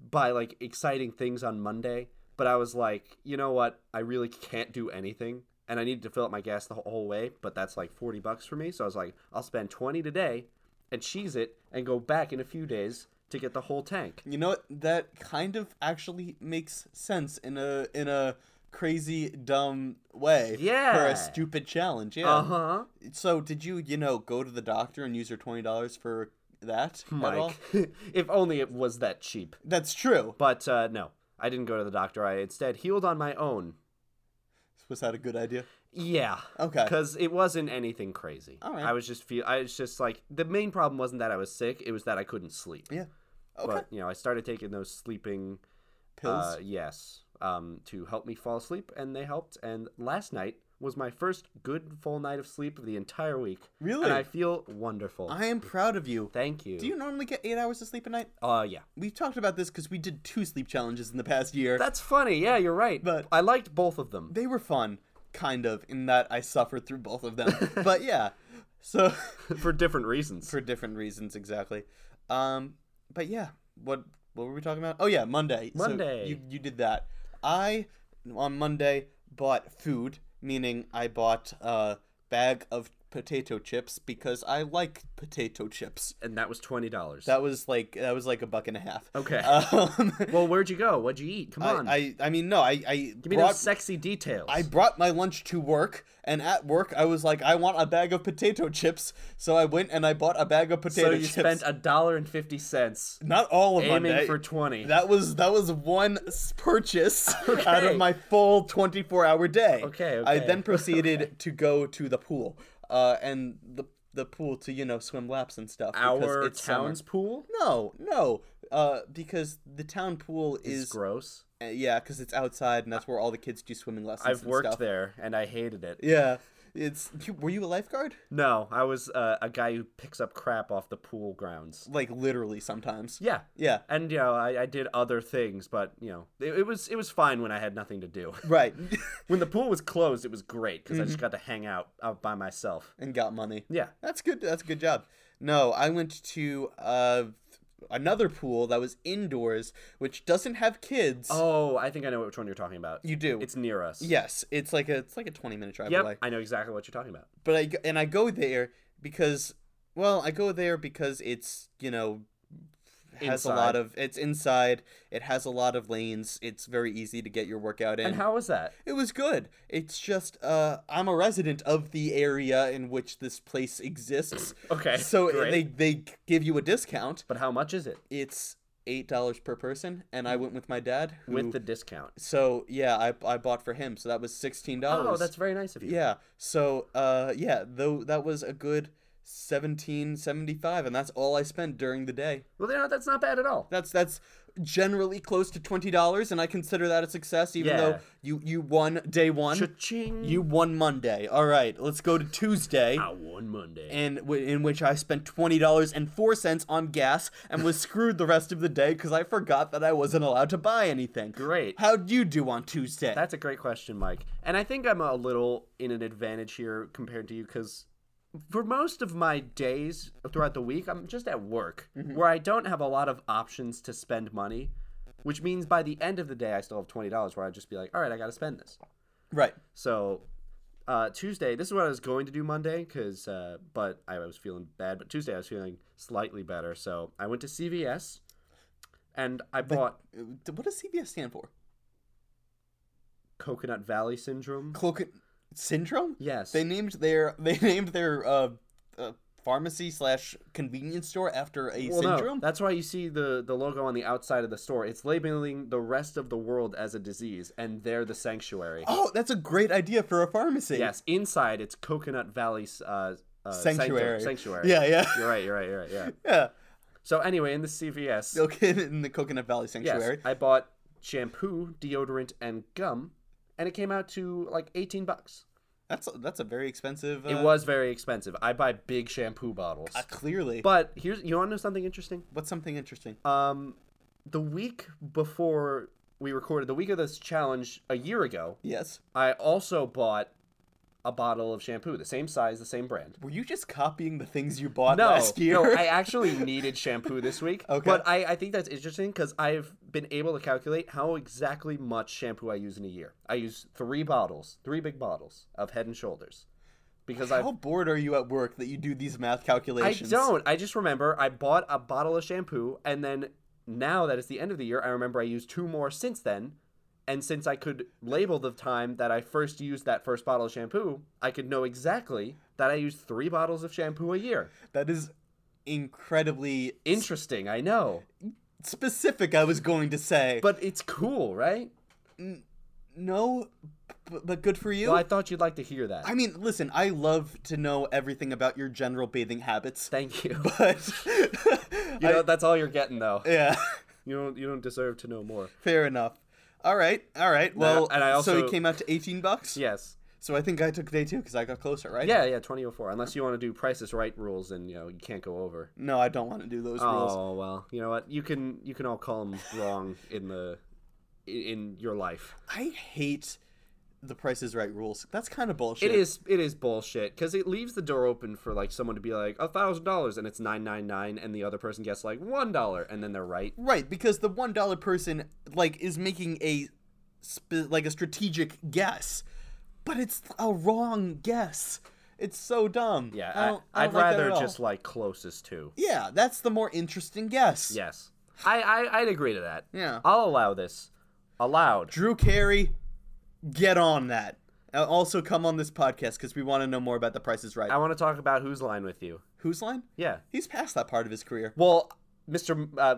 [SPEAKER 2] buy like exciting things on Monday, but I was like, you know what? I really can't do anything, and I needed to fill up my gas the wh- whole way. But that's like forty bucks for me, so I was like, I'll spend twenty today and cheese it, and go back in a few days to get the whole tank.
[SPEAKER 1] You know what? that kind of actually makes sense in a in a crazy dumb way. For
[SPEAKER 2] Yeah.
[SPEAKER 1] a stupid challenge. Yeah.
[SPEAKER 2] Uh huh.
[SPEAKER 1] So did you you know go to the doctor and use your twenty dollars for that? at all?
[SPEAKER 2] Mike, if only it was that cheap.
[SPEAKER 1] That's true.
[SPEAKER 2] But uh, no, I didn't go to the doctor. I instead healed on my own.
[SPEAKER 1] Was that a good idea?
[SPEAKER 2] Yeah.
[SPEAKER 1] Okay.
[SPEAKER 2] Because it wasn't anything crazy.
[SPEAKER 1] All right.
[SPEAKER 2] I was just feel. I was just like the main problem wasn't that I was sick. It was that I couldn't sleep.
[SPEAKER 1] Yeah. Okay.
[SPEAKER 2] But you know, I started taking those sleeping
[SPEAKER 1] Pills.
[SPEAKER 2] Uh, yes. Um, to help me fall asleep, and they helped. And last night was my first good full night of sleep of the entire week.
[SPEAKER 1] Really?
[SPEAKER 2] And I feel wonderful.
[SPEAKER 1] I am proud of you.
[SPEAKER 2] Thank you.
[SPEAKER 1] Do you normally get eight hours of sleep a night?
[SPEAKER 2] Uh, yeah.
[SPEAKER 1] We've talked about this because we did two sleep challenges in the past year.
[SPEAKER 2] That's funny. Yeah, you're right.
[SPEAKER 1] But-
[SPEAKER 2] I liked both of them.
[SPEAKER 1] they were fun, kind of, in that I suffered through both of them. but yeah, so
[SPEAKER 2] For different reasons.
[SPEAKER 1] for different reasons, exactly. Um, but yeah, what what were we talking about? Oh yeah, Monday. So
[SPEAKER 2] Monday.
[SPEAKER 1] you you did that. I on Monday bought food, meaning I bought a bag of potato chips because I like potato chips.
[SPEAKER 2] and that was twenty dollars.
[SPEAKER 1] That was like that was like a buck and a half.
[SPEAKER 2] Okay.
[SPEAKER 1] Um,
[SPEAKER 2] well, where'd you go? What'd you eat? Come on.
[SPEAKER 1] I, I I mean no, I I
[SPEAKER 2] Give me
[SPEAKER 1] brought-
[SPEAKER 2] those sexy details.
[SPEAKER 1] I brought my lunch to work, and at work I was like, I want a bag of potato chips. So I went and I bought a bag of potato
[SPEAKER 2] so you
[SPEAKER 1] chips.
[SPEAKER 2] spent a dollar and fifty cents
[SPEAKER 1] Not all of
[SPEAKER 2] aiming
[SPEAKER 1] Monday.
[SPEAKER 2] for twenty.
[SPEAKER 1] that was that was one s- purchase out
[SPEAKER 2] Okay.
[SPEAKER 1] of my full 24 hour day.
[SPEAKER 2] Okay,
[SPEAKER 1] I
[SPEAKER 2] okay.
[SPEAKER 1] then proceeded to go to the pool, uh, and the the pool to you know swim laps and stuff. because
[SPEAKER 2] Our
[SPEAKER 1] it's summer.
[SPEAKER 2] town's pool
[SPEAKER 1] No, no, uh, because the town pool
[SPEAKER 2] is,
[SPEAKER 1] is, eh,
[SPEAKER 2] gross.
[SPEAKER 1] uh, yeah, because it's outside and that's where all the kids do swimming lessons.
[SPEAKER 2] I've
[SPEAKER 1] and
[SPEAKER 2] worked
[SPEAKER 1] stuff.
[SPEAKER 2] there and I hated it.
[SPEAKER 1] Yeah. It's you- were you a lifeguard?
[SPEAKER 2] No, I was uh, a guy who picks up crap off the pool grounds.
[SPEAKER 1] Like literally sometimes.
[SPEAKER 2] Yeah.
[SPEAKER 1] Yeah.
[SPEAKER 2] And you know, I, I did other things, but you know, it, it was it was fine when I had nothing to do.
[SPEAKER 1] Right.
[SPEAKER 2] when the pool was closed, it was great because
[SPEAKER 1] Mm-hmm.
[SPEAKER 2] I just got to hang out out by myself.
[SPEAKER 1] and got money.
[SPEAKER 2] Yeah.
[SPEAKER 1] That's good. That's a good job. No, I went to uh, another pool that was indoors, which doesn't have kids.
[SPEAKER 2] Oh, I think I know which one you're talking about.
[SPEAKER 1] you do.
[SPEAKER 2] It's near us.
[SPEAKER 1] yes, it's like a it's like a twenty minute drive away.
[SPEAKER 2] Yep. I know exactly what you're talking about.
[SPEAKER 1] But I go- and I go there because well, I go there because it's you know has a lot
[SPEAKER 2] Inside.
[SPEAKER 1] of it's inside. It has a lot of lanes. It's very easy to get your workout in.
[SPEAKER 2] And how was that?
[SPEAKER 1] It was good. It's just uh, I'm a resident of the area in which this place exists.
[SPEAKER 2] Okay.
[SPEAKER 1] so
[SPEAKER 2] great.
[SPEAKER 1] they they give you a discount.
[SPEAKER 2] But how much is it
[SPEAKER 1] It's eight dollars per person, and I went with my dad. Who,
[SPEAKER 2] with the discount?
[SPEAKER 1] so yeah, I I bought for him, so that was sixteen dollars.
[SPEAKER 2] Oh, that's very nice of you.
[SPEAKER 1] yeah. So uh, yeah, though that was a good seventeen seventy five, and that's all I spent during the day.
[SPEAKER 2] Well, you know, that's not bad at all.
[SPEAKER 1] That's that's generally close to twenty dollars, and I consider that a success, even though
[SPEAKER 2] Yeah.
[SPEAKER 1] you you won day one.
[SPEAKER 2] Cha-ching.
[SPEAKER 1] You won Monday. All right, let's go to Tuesday,
[SPEAKER 2] I won Monday.
[SPEAKER 1] and w- in which I spent twenty dollars and four cents on gas and was screwed the rest of the day because I forgot that I wasn't allowed to buy anything.
[SPEAKER 2] Great.
[SPEAKER 1] How'd you do on Tuesday?
[SPEAKER 2] That's a great question, Mike. And I think I'm a little in an advantage here compared to you because for most of my days throughout the week, I'm just at work
[SPEAKER 1] Mm-hmm.
[SPEAKER 2] where I don't have a lot of options to spend money, which means by the end of the day, I still have $20 where I'd just be like, all right, I got to spend this.
[SPEAKER 1] right.
[SPEAKER 2] So uh, Tuesday, this is what I was going to do Monday because, uh, but I was feeling bad. But Tuesday, I was feeling slightly better. So I went to CVS and I bought
[SPEAKER 1] Uh, What does CVS stand for?
[SPEAKER 2] Coconut Valley Syndrome.
[SPEAKER 1] Cloak syndrome.
[SPEAKER 2] Yes.
[SPEAKER 1] They named their they named their uh, uh pharmacy slash convenience store after a
[SPEAKER 2] Well,
[SPEAKER 1] syndrome.
[SPEAKER 2] no, that's why you see the the logo on the outside of the store. It's labeling the rest of the world as a disease, and they're the sanctuary.
[SPEAKER 1] oh, that's a great idea for a pharmacy.
[SPEAKER 2] Yes, inside it's Coconut Valley uh, uh, sanctu-
[SPEAKER 1] Sanctuary.
[SPEAKER 2] Sanctuary.
[SPEAKER 1] Yeah, yeah.
[SPEAKER 2] You're right. You're right. You're right. Yeah.
[SPEAKER 1] Yeah.
[SPEAKER 2] So anyway, in the CVS,
[SPEAKER 1] Okay, in the Coconut Valley
[SPEAKER 2] yes,
[SPEAKER 1] Sanctuary.
[SPEAKER 2] I bought shampoo, deodorant, and gum, and it came out to like eighteen bucks.
[SPEAKER 1] That's a, that's a very expensive. Uh,
[SPEAKER 2] It was very expensive. I buy big shampoo bottles.
[SPEAKER 1] uh, clearly.
[SPEAKER 2] But here's you want to know something interesting?
[SPEAKER 1] What's something interesting?
[SPEAKER 2] Um, the week before we recorded, the week of this challenge a year ago,
[SPEAKER 1] Yes.
[SPEAKER 2] I also bought a bottle of shampoo, the same size, the same brand.
[SPEAKER 1] Were you just copying the things you bought
[SPEAKER 2] No,
[SPEAKER 1] last year?
[SPEAKER 2] no, I actually needed shampoo this week.
[SPEAKER 1] Okay.
[SPEAKER 2] But I, I think that's interesting because I've been able to calculate how exactly much shampoo I use in a year. I use three bottles, three big bottles of Head and Shoulders. Because I
[SPEAKER 1] How bored are you at work that you do these math
[SPEAKER 2] I
[SPEAKER 1] calculations?
[SPEAKER 2] don't. I just remember I bought a bottle of shampoo, and then now that it's the end of the year, I remember I used two more since then. And since I could label the time that I first used that first bottle of shampoo, I could know exactly that I used three bottles of shampoo a year.
[SPEAKER 1] That is incredibly
[SPEAKER 2] Interesting, I know.
[SPEAKER 1] specific. I was going to say,
[SPEAKER 2] But it's cool, right?
[SPEAKER 1] no, b- but good for you.
[SPEAKER 2] Well, I thought you'd like to hear that.
[SPEAKER 1] I mean, listen, I love to know everything about your general bathing habits,
[SPEAKER 2] Thank you.
[SPEAKER 1] but
[SPEAKER 2] You know, that's all you're getting though.
[SPEAKER 1] yeah,
[SPEAKER 2] You don't you don't deserve to know more.
[SPEAKER 1] fair enough. All right, all right. Well,
[SPEAKER 2] and I
[SPEAKER 1] so
[SPEAKER 2] also-
[SPEAKER 1] it came out to eighteen bucks.
[SPEAKER 2] Yes.
[SPEAKER 1] So I think I took day two because I got closer, right?
[SPEAKER 2] Yeah, yeah, 2004. Unless you want to do prices right rules and, you know, you can't go over.
[SPEAKER 1] No, I don't want to do those rules.
[SPEAKER 2] Oh well, you know what? You can you can all call them wrong in the i- in your life.
[SPEAKER 1] I hate the Price is Right rules. That's kind of bullshit.
[SPEAKER 2] It is it is bullshit because it leaves the door open for like someone to be like a thousand dollars and it's nine nine nine and the other person gets like one dollar and then they're right.
[SPEAKER 1] right because the one dollar person like is making a sp- like a strategic guess, but it's a wrong guess. It's so dumb.
[SPEAKER 2] Yeah,
[SPEAKER 1] I
[SPEAKER 2] I
[SPEAKER 1] don't, I
[SPEAKER 2] would
[SPEAKER 1] don't like that
[SPEAKER 2] rather
[SPEAKER 1] at all.
[SPEAKER 2] just like closest to.
[SPEAKER 1] Yeah, that's the more interesting guess.
[SPEAKER 2] Yes, I, I I'd agree to that.
[SPEAKER 1] Yeah.
[SPEAKER 2] I'll allow this. Allowed.
[SPEAKER 1] Drew Carey, get on that. Uh, Also, come on this podcast because we want to know more about the Price is Right.
[SPEAKER 2] I want to talk about whose line with you.
[SPEAKER 1] Whose line?
[SPEAKER 2] Yeah.
[SPEAKER 1] He's past that part of his career.
[SPEAKER 2] Well, Mr. M- Uh,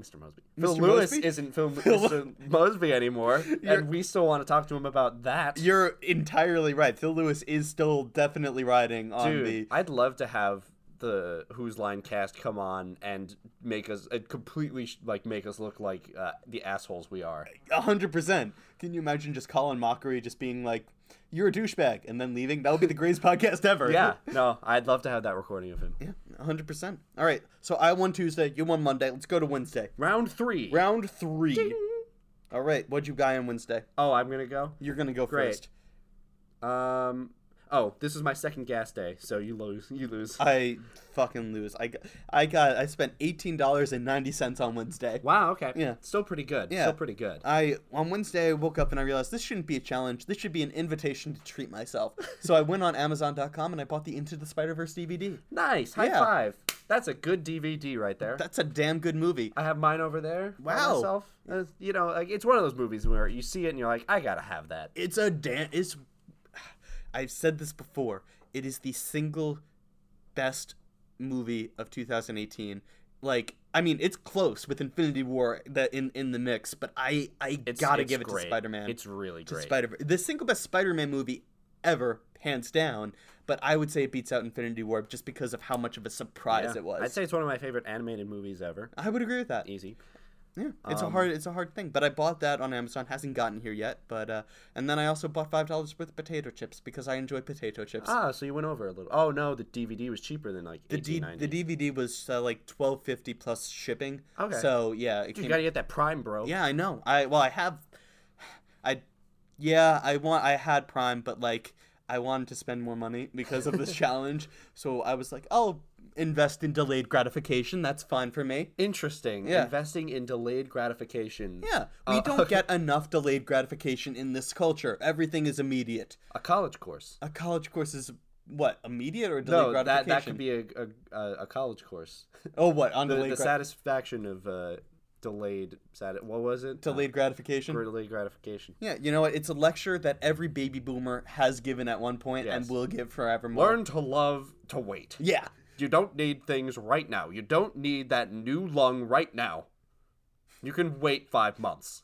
[SPEAKER 2] Mr. Mosby. Phil
[SPEAKER 1] Mr.
[SPEAKER 2] Lewis
[SPEAKER 1] Mosby?
[SPEAKER 2] isn't Phil Mr. Mosby anymore, and we still want to talk to him about that.
[SPEAKER 1] You're entirely right. Phil Lewis is still definitely riding on
[SPEAKER 2] Dude,
[SPEAKER 1] the.
[SPEAKER 2] I'd love to have the Who's Line cast come on and make us uh, completely sh- like make us look like uh, the assholes we are.
[SPEAKER 1] A hundred percent. Can you imagine just Colin Mockery just being like, you're a douchebag, and then leaving. That would be the greatest podcast ever.
[SPEAKER 2] Yeah, no, I'd love to have that recording of him.
[SPEAKER 1] Yeah, 100%. All right, so I won Tuesday, you won Monday. Let's go to Wednesday.
[SPEAKER 2] Round three.
[SPEAKER 1] Round three. All right, what'd you guy on Wednesday?
[SPEAKER 2] oh, I'm gonna go.
[SPEAKER 1] You're going to go
[SPEAKER 2] Great.
[SPEAKER 1] first.
[SPEAKER 2] Um. Oh, this is my second gas day, so you lose. You lose.
[SPEAKER 1] I fucking lose. I, got, I got I spent $18.90 on Wednesday.
[SPEAKER 2] wow. Okay.
[SPEAKER 1] Yeah.
[SPEAKER 2] Still pretty good.
[SPEAKER 1] Yeah. Uh,
[SPEAKER 2] Still pretty good.
[SPEAKER 1] I on Wednesday I woke up and I realized this shouldn't be a challenge. This should be an invitation to treat myself. so I went on Amazon.com and I bought the Into the Spider Verse DVD.
[SPEAKER 2] nice. High
[SPEAKER 1] Yeah.
[SPEAKER 2] five. That's a good DVD right there.
[SPEAKER 1] That's a damn good movie.
[SPEAKER 2] I have mine over there. by
[SPEAKER 1] Wow.
[SPEAKER 2] myself. Uh, you know, like it's one of those movies where you see it and you're like, I gotta have that.
[SPEAKER 1] It's a damn. It's. I've said this before. It is the single best movie of 2018. Like I mean, it's close with Infinity War that in in the mix, but I I
[SPEAKER 2] It's,
[SPEAKER 1] gotta
[SPEAKER 2] it's
[SPEAKER 1] give it
[SPEAKER 2] great.
[SPEAKER 1] to Spider Man.
[SPEAKER 2] It's really
[SPEAKER 1] to
[SPEAKER 2] great.
[SPEAKER 1] Spider the single best Spider-Man movie ever, hands down. But I would say it beats out Infinity War just because of how much of a surprise
[SPEAKER 2] Yeah.
[SPEAKER 1] it was.
[SPEAKER 2] I'd say it's one of my favorite animated movies ever.
[SPEAKER 1] I would agree with that.
[SPEAKER 2] Easy.
[SPEAKER 1] Yeah, it's a
[SPEAKER 2] Um,
[SPEAKER 1] hard it's a hard thing. But I bought that on Amazon. Hasn't gotten here yet. But uh, and then I also bought five dollars worth of potato chips because I enjoy potato chips.
[SPEAKER 2] Ah, so you went over a little. Oh no, the DVD was cheaper than like
[SPEAKER 1] the, D- the
[SPEAKER 2] 18.90.
[SPEAKER 1] DVD was uh, like twelve fifty plus shipping.
[SPEAKER 2] Okay.
[SPEAKER 1] So yeah, it
[SPEAKER 2] Dude, you
[SPEAKER 1] came-
[SPEAKER 2] gotta get that Prime, bro.
[SPEAKER 1] Yeah, I know. I well, I have, I, yeah, I want. I had Prime, but like I wanted to spend more money because of this challenge. So I was like, I'll invest in delayed gratification. That's fine for me.
[SPEAKER 2] Interesting.
[SPEAKER 1] Yeah.
[SPEAKER 2] Investing in delayed gratification.
[SPEAKER 1] Yeah, we
[SPEAKER 2] Uh,
[SPEAKER 1] don't get enough delayed gratification in this culture. Everything is immediate.
[SPEAKER 2] A college course.
[SPEAKER 1] A college course is what immediate or delayed
[SPEAKER 2] No, that
[SPEAKER 1] gratification?
[SPEAKER 2] that could be a a, a, a college course.
[SPEAKER 1] Oh, what on
[SPEAKER 2] The,
[SPEAKER 1] delayed
[SPEAKER 2] the
[SPEAKER 1] gra-
[SPEAKER 2] satisfaction of uh, delayed sati- What was it?
[SPEAKER 1] delayed gratification?
[SPEAKER 2] Uh, delayed gratification.
[SPEAKER 1] yeah, you know what? It's a lecture that every baby boomer has given at one point and
[SPEAKER 2] Yes.
[SPEAKER 1] will give forevermore.
[SPEAKER 2] Learn to love to wait.
[SPEAKER 1] Yeah.
[SPEAKER 2] You don't need things right now. You don't need that new lung right now. You can wait five months.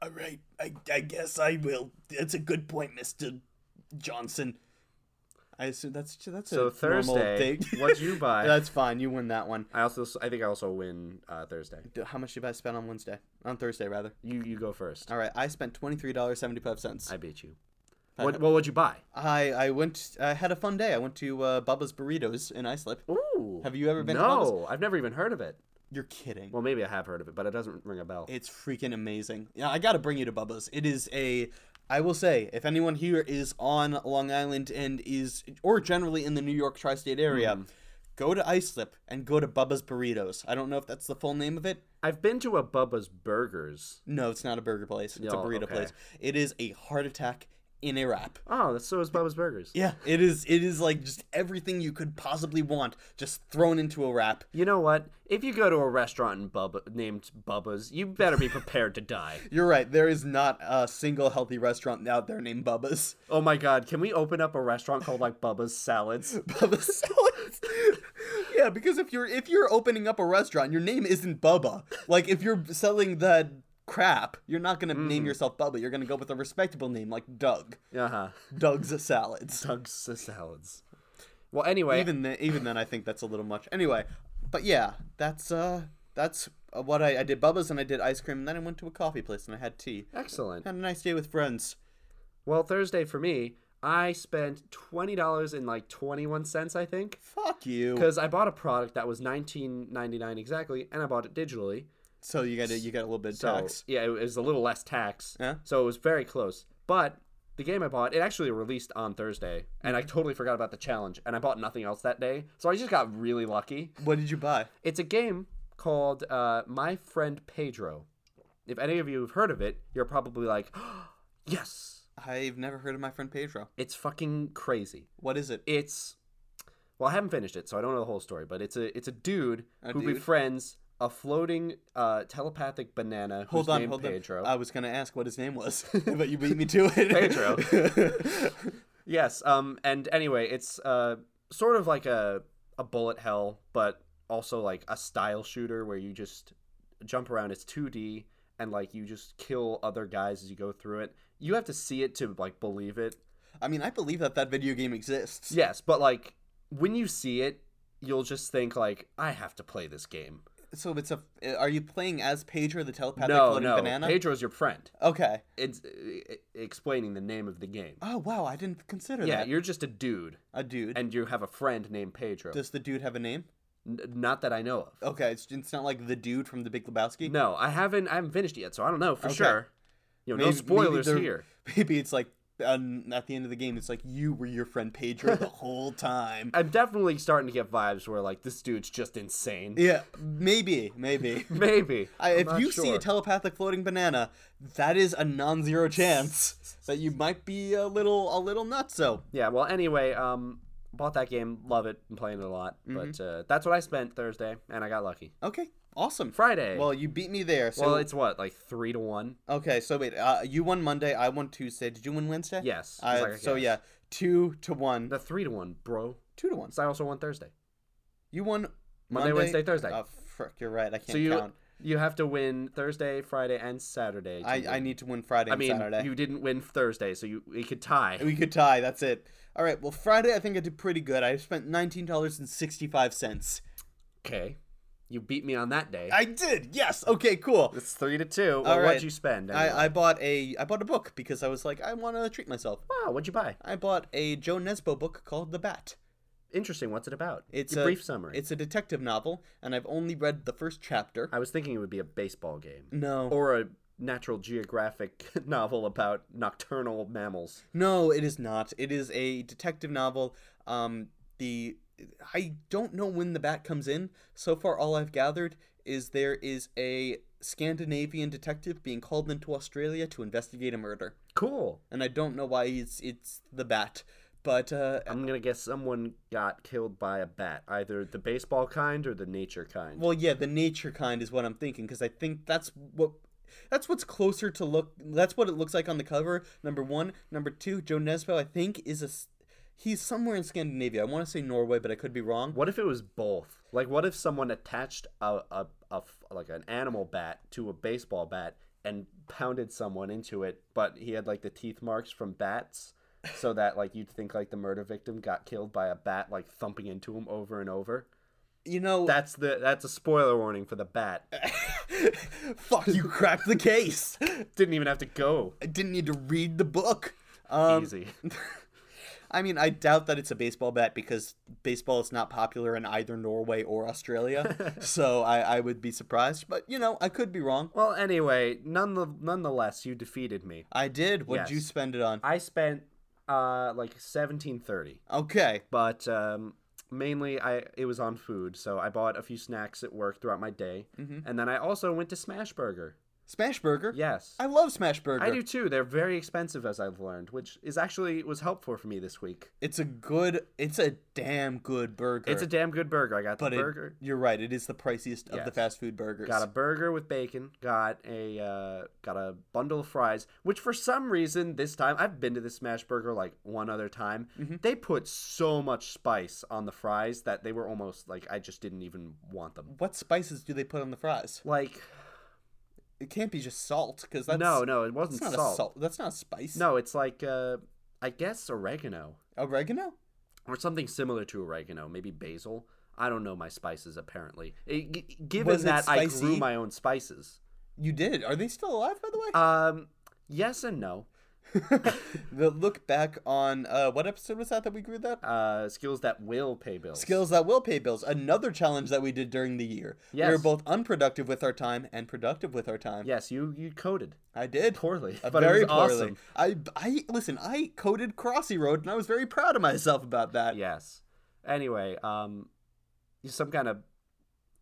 [SPEAKER 1] All right, I, I guess I will. That's a good point, Mister Johnson. I assume that's that's
[SPEAKER 2] So
[SPEAKER 1] a normal
[SPEAKER 2] Thursday,
[SPEAKER 1] thing.
[SPEAKER 2] what'd you buy?
[SPEAKER 1] that's fine. You win that one.
[SPEAKER 2] I also I think I also win uh, Thursday.
[SPEAKER 1] D- How much did I spend on Wednesday? On Thursday, rather.
[SPEAKER 2] You you go first.
[SPEAKER 1] All right, I spent twenty three dollars seventy five cents.
[SPEAKER 2] I beat you. What what would you buy?
[SPEAKER 1] I I went. I had a fun day. I went to uh, Bubba's Burritos in Islip.
[SPEAKER 2] Ooh.
[SPEAKER 1] Have you ever been to Bubba's?
[SPEAKER 2] No, I've never even heard of it.
[SPEAKER 1] You're kidding.
[SPEAKER 2] Well, maybe I have heard of it, but it doesn't ring a bell.
[SPEAKER 1] It's freaking amazing. Yeah, I gotta bring you to Bubba's. It is a. I will say, if anyone here is on Long Island and is, or generally in the New York tri-state area, go to Islip and go to Bubba's Burritos. I don't know if that's the full name of it.
[SPEAKER 2] I've been to a Bubba's Burgers.
[SPEAKER 1] No, it's not a burger place. It's a
[SPEAKER 2] No,
[SPEAKER 1] burrito
[SPEAKER 2] okay.
[SPEAKER 1] place. It is a heart attack in a wrap.
[SPEAKER 2] Oh, that's- so is Bubba's Burgers.
[SPEAKER 1] Yeah, it is. It is like just everything you could possibly want, just thrown into a wrap.
[SPEAKER 2] You know what? If you go to a restaurant in Bubba, named Bubba's, you better be prepared to die.
[SPEAKER 1] You're right. There is not a single healthy restaurant out there named Bubba's.
[SPEAKER 2] Oh my god, can we open up a restaurant called like Bubba's Salads?
[SPEAKER 1] Bubba salads. yeah, because if you're if you're opening up a restaurant, your name isn't Bubba. Like if you're selling that crap, you're not gonna
[SPEAKER 2] Mm.
[SPEAKER 1] name yourself Bubba. You're gonna go with a respectable name like Doug.
[SPEAKER 2] Uh huh.
[SPEAKER 1] Doug's salads.
[SPEAKER 2] Doug's Salads. Well, anyway,
[SPEAKER 1] Even then, even then, I think that's a little much. Anyway, but yeah, that's uh that's uh, what I I did. Bubba's and I did ice cream, and then I went to a coffee place and I had tea.
[SPEAKER 2] excellent.
[SPEAKER 1] Had a nice day with friends.
[SPEAKER 2] Well, Thursday for me, I spent twenty dollars and like twenty one cents, I think,
[SPEAKER 1] Fuck you.
[SPEAKER 2] because I bought a product that was nineteen ninety nine exactly, and I bought it digitally.
[SPEAKER 1] So you got you got a little bit of
[SPEAKER 2] So,
[SPEAKER 1] tax.
[SPEAKER 2] Yeah, it was a little less tax.
[SPEAKER 1] Yeah.
[SPEAKER 2] So it was very close. But the game I bought, it actually released on Thursday, and I totally forgot about the challenge, and I bought nothing else that day. So I just got really lucky.
[SPEAKER 1] What did you buy?
[SPEAKER 2] It's a game called uh, My Friend Pedro. If any of you have heard of it, you're probably like, yes,
[SPEAKER 1] I've never heard of my friend Pedro.
[SPEAKER 2] it's fucking crazy.
[SPEAKER 1] What is it?
[SPEAKER 2] It's well, I haven't finished it, so I don't know the whole story. But it's a it's a dude who
[SPEAKER 1] dude?
[SPEAKER 2] befriends a floating uh, telepathic banana who's
[SPEAKER 1] Hold on,
[SPEAKER 2] named
[SPEAKER 1] hold
[SPEAKER 2] Pedro.
[SPEAKER 1] on. I was gonna ask what his name was, but you beat me to it.
[SPEAKER 2] Pedro. Yes. Um. And anyway, it's uh sort of like a a bullet hell, but also like a style shooter where you just jump around. It's two D and like you just kill other guys as you go through it. You have to see it to like believe it.
[SPEAKER 1] I mean, I believe that that video game exists.
[SPEAKER 2] Yes, but like when you see it, you'll just think like I have to play this game.
[SPEAKER 1] so it's a. Are you playing as Pedro the telepathic
[SPEAKER 2] no,
[SPEAKER 1] floating
[SPEAKER 2] no.
[SPEAKER 1] banana?
[SPEAKER 2] Pedro's your friend.
[SPEAKER 1] okay.
[SPEAKER 2] It's uh, explaining the name of the game.
[SPEAKER 1] Oh wow, I didn't consider
[SPEAKER 2] yeah,
[SPEAKER 1] that.
[SPEAKER 2] you're just a dude,
[SPEAKER 1] A dude.
[SPEAKER 2] and you have a friend named Pedro.
[SPEAKER 1] Does the dude have a name?
[SPEAKER 2] N- not that I know of.
[SPEAKER 1] Okay, it's, it's not like the dude from The Big Lebowski.
[SPEAKER 2] No, I haven't. I haven't finished it yet, so I don't know for
[SPEAKER 1] Okay.
[SPEAKER 2] sure. You know, no
[SPEAKER 1] Maybe- maybe
[SPEAKER 2] spoilers
[SPEAKER 1] they're-
[SPEAKER 2] here.
[SPEAKER 1] Maybe it's like um, at the end of the game, it's like you were your friend Pedro the whole time.
[SPEAKER 2] I'm definitely starting to get vibes where like this dude's just insane.
[SPEAKER 1] Yeah, maybe, maybe.
[SPEAKER 2] Maybe.
[SPEAKER 1] I,
[SPEAKER 2] I'm
[SPEAKER 1] if
[SPEAKER 2] not
[SPEAKER 1] you see
[SPEAKER 2] sure.
[SPEAKER 1] a telepathic floating banana, that is a non-zero chance that you might be a little a little nutso.
[SPEAKER 2] yeah. Well, anyway, um, bought that game, love it, been playing it a lot.
[SPEAKER 1] Mm-hmm.
[SPEAKER 2] But uh, that's what I spent Thursday, and I got lucky.
[SPEAKER 1] Okay, awesome.
[SPEAKER 2] Friday.
[SPEAKER 1] Well, you beat me there. So
[SPEAKER 2] well, it's what like three to one.
[SPEAKER 1] okay. So wait, uh, you won Monday. I won Tuesday. Did you win Wednesday?
[SPEAKER 2] Yes,
[SPEAKER 1] Uh,
[SPEAKER 2] it's like a
[SPEAKER 1] so
[SPEAKER 2] guess.
[SPEAKER 1] yeah, two to one.
[SPEAKER 2] The three to one, bro.
[SPEAKER 1] two to one.
[SPEAKER 2] So I also won Thursday.
[SPEAKER 1] You won
[SPEAKER 2] Monday, Wednesday, Thursday.
[SPEAKER 1] Oh, frick, you're right. I can't
[SPEAKER 2] so you
[SPEAKER 1] count.
[SPEAKER 2] you have to win Thursday, Friday, and Saturday. to
[SPEAKER 1] I,
[SPEAKER 2] win.
[SPEAKER 1] I need to win Friday
[SPEAKER 2] I
[SPEAKER 1] and
[SPEAKER 2] mean,
[SPEAKER 1] Saturday.
[SPEAKER 2] you didn't win Thursday, so you we could tie.
[SPEAKER 1] We could tie. That's it. All right. Well, Friday, I think I did pretty good. I spent nineteen dollars and sixty-five cents.
[SPEAKER 2] Okay, you beat me on that day.
[SPEAKER 1] I did. Yes. Okay. Cool.
[SPEAKER 2] it's three to two. Well,
[SPEAKER 1] All right.
[SPEAKER 2] What'd you spend? anyway?
[SPEAKER 1] I, I bought a I bought a book because I was like I want to treat myself.
[SPEAKER 2] wow, what'd you buy?
[SPEAKER 1] I bought a Joe Nesbo book called The Bat.
[SPEAKER 2] Interesting. What's it about?
[SPEAKER 1] It's
[SPEAKER 2] Your
[SPEAKER 1] a
[SPEAKER 2] brief summary.
[SPEAKER 1] It's a detective novel, and I've only read the first chapter.
[SPEAKER 2] I was thinking it would be a baseball game
[SPEAKER 1] No,
[SPEAKER 2] or a Natural Geographic novel about nocturnal mammals.
[SPEAKER 1] no, it is not. It is a detective novel. Um, the I don't know when the bat comes in. So far, all I've gathered is there is a Scandinavian detective being called into Australia to investigate a murder,
[SPEAKER 2] Cool.
[SPEAKER 1] and I don't know why it's it's the bat. But uh,
[SPEAKER 2] I'm gonna guess someone got killed by a bat, either the baseball kind or the nature kind.
[SPEAKER 1] Well, yeah, the nature kind is what I'm thinking because I think that's what that's what's closer to look. That's what it looks like on the cover. Number one, number two, Joe Nesbo I think is a s- he's somewhere in Scandinavia. I want to say Norway, but I could be wrong.
[SPEAKER 2] What if it was both? Like, what if someone attached a, a, a f- like an animal bat to a baseball bat and pounded someone into it, but he had like the teeth marks from bats, so that like you'd think like the murder victim got killed by a bat like thumping into him over and over.
[SPEAKER 1] You know,
[SPEAKER 2] That's the that's a spoiler warning for the bat.
[SPEAKER 1] fuck, you cracked the case.
[SPEAKER 2] Didn't even have to go
[SPEAKER 1] I didn't need to read the book. Um,
[SPEAKER 2] easy.
[SPEAKER 1] I mean, I doubt that it's a baseball bat because baseball is not popular in either Norway or Australia. so I, I would be surprised, but you know, I could be wrong.
[SPEAKER 2] Well, anyway, none the, nonetheless, you defeated me.
[SPEAKER 1] I did. What'd you
[SPEAKER 2] Yes.
[SPEAKER 1] spend it on?
[SPEAKER 2] I spent uh like seventeen thirty.
[SPEAKER 1] Okay.
[SPEAKER 2] but um, mainly I it was on food. So I bought a few snacks at work throughout my day,
[SPEAKER 1] Mm-hmm.
[SPEAKER 2] and then I also went to Smash Burger.
[SPEAKER 1] Smash Burger.
[SPEAKER 2] Yes,
[SPEAKER 1] I love Smash Burger.
[SPEAKER 2] I do too. They're very expensive, as I've learned, which is actually was helpful for me this week.
[SPEAKER 1] It's a good. It's a damn good burger.
[SPEAKER 2] It's a damn good burger. I got the
[SPEAKER 1] but it-
[SPEAKER 2] burger.
[SPEAKER 1] you're right. It is the priciest of the
[SPEAKER 2] Yes.
[SPEAKER 1] fast food burgers.
[SPEAKER 2] Got a burger with bacon. Got a uh, got a bundle of fries. Which for some reason this time I've been to this Smash Burger like one other time.
[SPEAKER 1] Mm-hmm.
[SPEAKER 2] They put so much spice on the fries that they were almost like I just didn't even want them.
[SPEAKER 1] What spices do they put on the fries?
[SPEAKER 2] Like
[SPEAKER 1] It can't be just salt because that's
[SPEAKER 2] no, no, it wasn't
[SPEAKER 1] That's not
[SPEAKER 2] salt.
[SPEAKER 1] a salt. That's not a spice.
[SPEAKER 2] No, it's like uh, I guess oregano
[SPEAKER 1] oregano.
[SPEAKER 2] or something similar to oregano, maybe basil. I don't know my spices. Apparently, I- g- given
[SPEAKER 1] Was it
[SPEAKER 2] that I grew
[SPEAKER 1] spicy?
[SPEAKER 2] my own spices.
[SPEAKER 1] You did. Are they still alive, by the way?
[SPEAKER 2] Um, yes and no. Uh,
[SPEAKER 1] the look back on uh, what episode was that that we grew that?
[SPEAKER 2] Uh, skills that will pay bills.
[SPEAKER 1] Skills that will pay bills. Another challenge that we did during the year. We were
[SPEAKER 2] Yes.
[SPEAKER 1] both unproductive with our time and productive with our time.
[SPEAKER 2] Yes, you you coded
[SPEAKER 1] I did.
[SPEAKER 2] poorly,
[SPEAKER 1] Uh,
[SPEAKER 2] but
[SPEAKER 1] very
[SPEAKER 2] it was
[SPEAKER 1] poorly.
[SPEAKER 2] awesome.
[SPEAKER 1] I, I listen. I coded Crossy Road, and I was very proud of myself about that.
[SPEAKER 2] Yes. Anyway, um, some kind of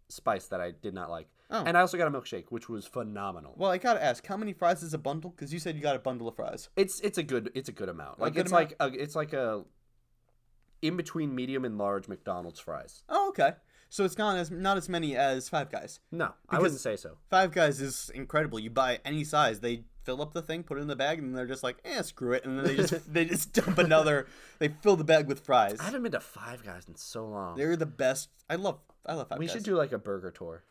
[SPEAKER 2] spice that I did not like,
[SPEAKER 1] Oh.
[SPEAKER 2] and I also got a milkshake, which was phenomenal.
[SPEAKER 1] Well, I gotta ask, how many fries is a bundle? Because you said you got a bundle of fries.
[SPEAKER 2] It's it's a good it's a good amount. Like
[SPEAKER 1] good
[SPEAKER 2] it's
[SPEAKER 1] amount?
[SPEAKER 2] like a, it's like a in between medium and large McDonald's fries.
[SPEAKER 1] Oh, okay. So it's not as not as many as Five Guys.
[SPEAKER 2] No, I wouldn't say so.
[SPEAKER 1] Five Guys is incredible. You buy any size, they fill up the thing, put it in the bag, and they're just like, eh, screw it, and then they just they just dump another. They fill the bag with fries.
[SPEAKER 2] I haven't been to Five Guys in so long.
[SPEAKER 1] They're the best. I love I love Five
[SPEAKER 2] we
[SPEAKER 1] Guys.
[SPEAKER 2] should do like a burger tour.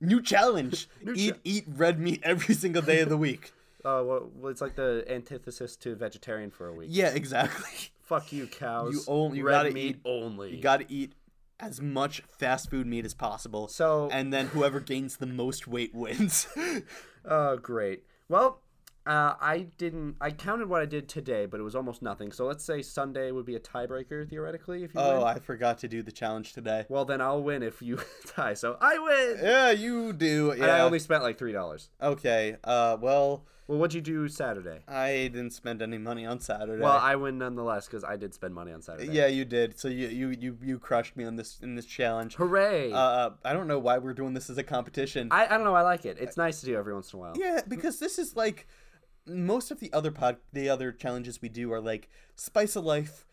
[SPEAKER 1] new challenge.
[SPEAKER 2] New
[SPEAKER 1] eat
[SPEAKER 2] cha-
[SPEAKER 1] eat red meat every single day of the week.
[SPEAKER 2] Uh, well, well, it's like the antithesis to vegetarian for a week.
[SPEAKER 1] Yeah, exactly.
[SPEAKER 2] Fuck you, cows.
[SPEAKER 1] You only- you
[SPEAKER 2] red
[SPEAKER 1] gotta
[SPEAKER 2] meat
[SPEAKER 1] eat-
[SPEAKER 2] only.
[SPEAKER 1] You got to eat as much fast food meat as possible.
[SPEAKER 2] So-
[SPEAKER 1] and then whoever gains the most weight wins.
[SPEAKER 2] Oh, great. Well, uh, I didn't. I counted what I did today, but it was almost nothing. So let's say Sunday would be a tiebreaker theoretically. If you
[SPEAKER 1] oh,
[SPEAKER 2] win,
[SPEAKER 1] I forgot to do the challenge today.
[SPEAKER 2] well then I'll win if you tie. So I win.
[SPEAKER 1] Yeah, you do.
[SPEAKER 2] And I
[SPEAKER 1] Yeah.
[SPEAKER 2] only spent like three dollars.
[SPEAKER 1] Okay. Uh, well,
[SPEAKER 2] Well, what'd you do Saturday?
[SPEAKER 1] I didn't spend any money on Saturday.
[SPEAKER 2] Well, I win nonetheless because I did spend money on Saturday.
[SPEAKER 1] yeah, you did. So you you you you crushed me on this in this challenge.
[SPEAKER 2] Hooray!
[SPEAKER 1] Uh, I don't know why we're doing this as a competition.
[SPEAKER 2] I, I don't know. I like it. It's nice to do every once in a while.
[SPEAKER 1] Yeah, because this is like most of the other pod, the other challenges we do are like spice a life,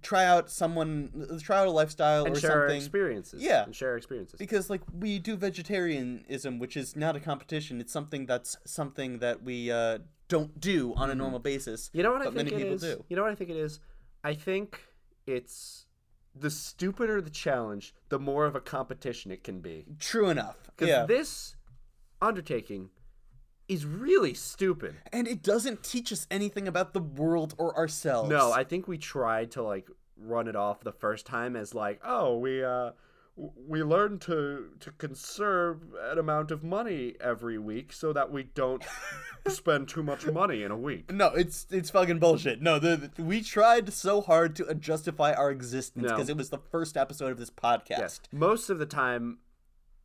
[SPEAKER 1] try out someone, uh, try out a lifestyle
[SPEAKER 2] and
[SPEAKER 1] or
[SPEAKER 2] share our
[SPEAKER 1] something.
[SPEAKER 2] experiences.
[SPEAKER 1] Yeah.
[SPEAKER 2] and share our experiences.
[SPEAKER 1] Because like we do vegetarianism, which is not a competition. It's something that's something that we uh, don't do on a normal basis.
[SPEAKER 2] Mm-hmm. You know what I
[SPEAKER 1] but
[SPEAKER 2] think
[SPEAKER 1] many
[SPEAKER 2] it
[SPEAKER 1] people
[SPEAKER 2] is?
[SPEAKER 1] do.
[SPEAKER 2] You know what I think it is? I think it's the stupider the challenge, the more of a competition it can be.
[SPEAKER 1] True enough.
[SPEAKER 2] Because
[SPEAKER 1] Yeah.
[SPEAKER 2] this undertaking is really stupid.
[SPEAKER 1] and it doesn't teach us anything about the world or ourselves.
[SPEAKER 2] No, I think we tried to like run it off the first time as like, oh, we uh w- we learn to to conserve an amount of money every week so that we don't spend too much money in a week.
[SPEAKER 1] No, it's it's fucking bullshit. No, the, the- we tried so hard to uh, justify our existence
[SPEAKER 2] No.
[SPEAKER 1] because it was the first episode of this podcast.
[SPEAKER 2] Yes. Most of the time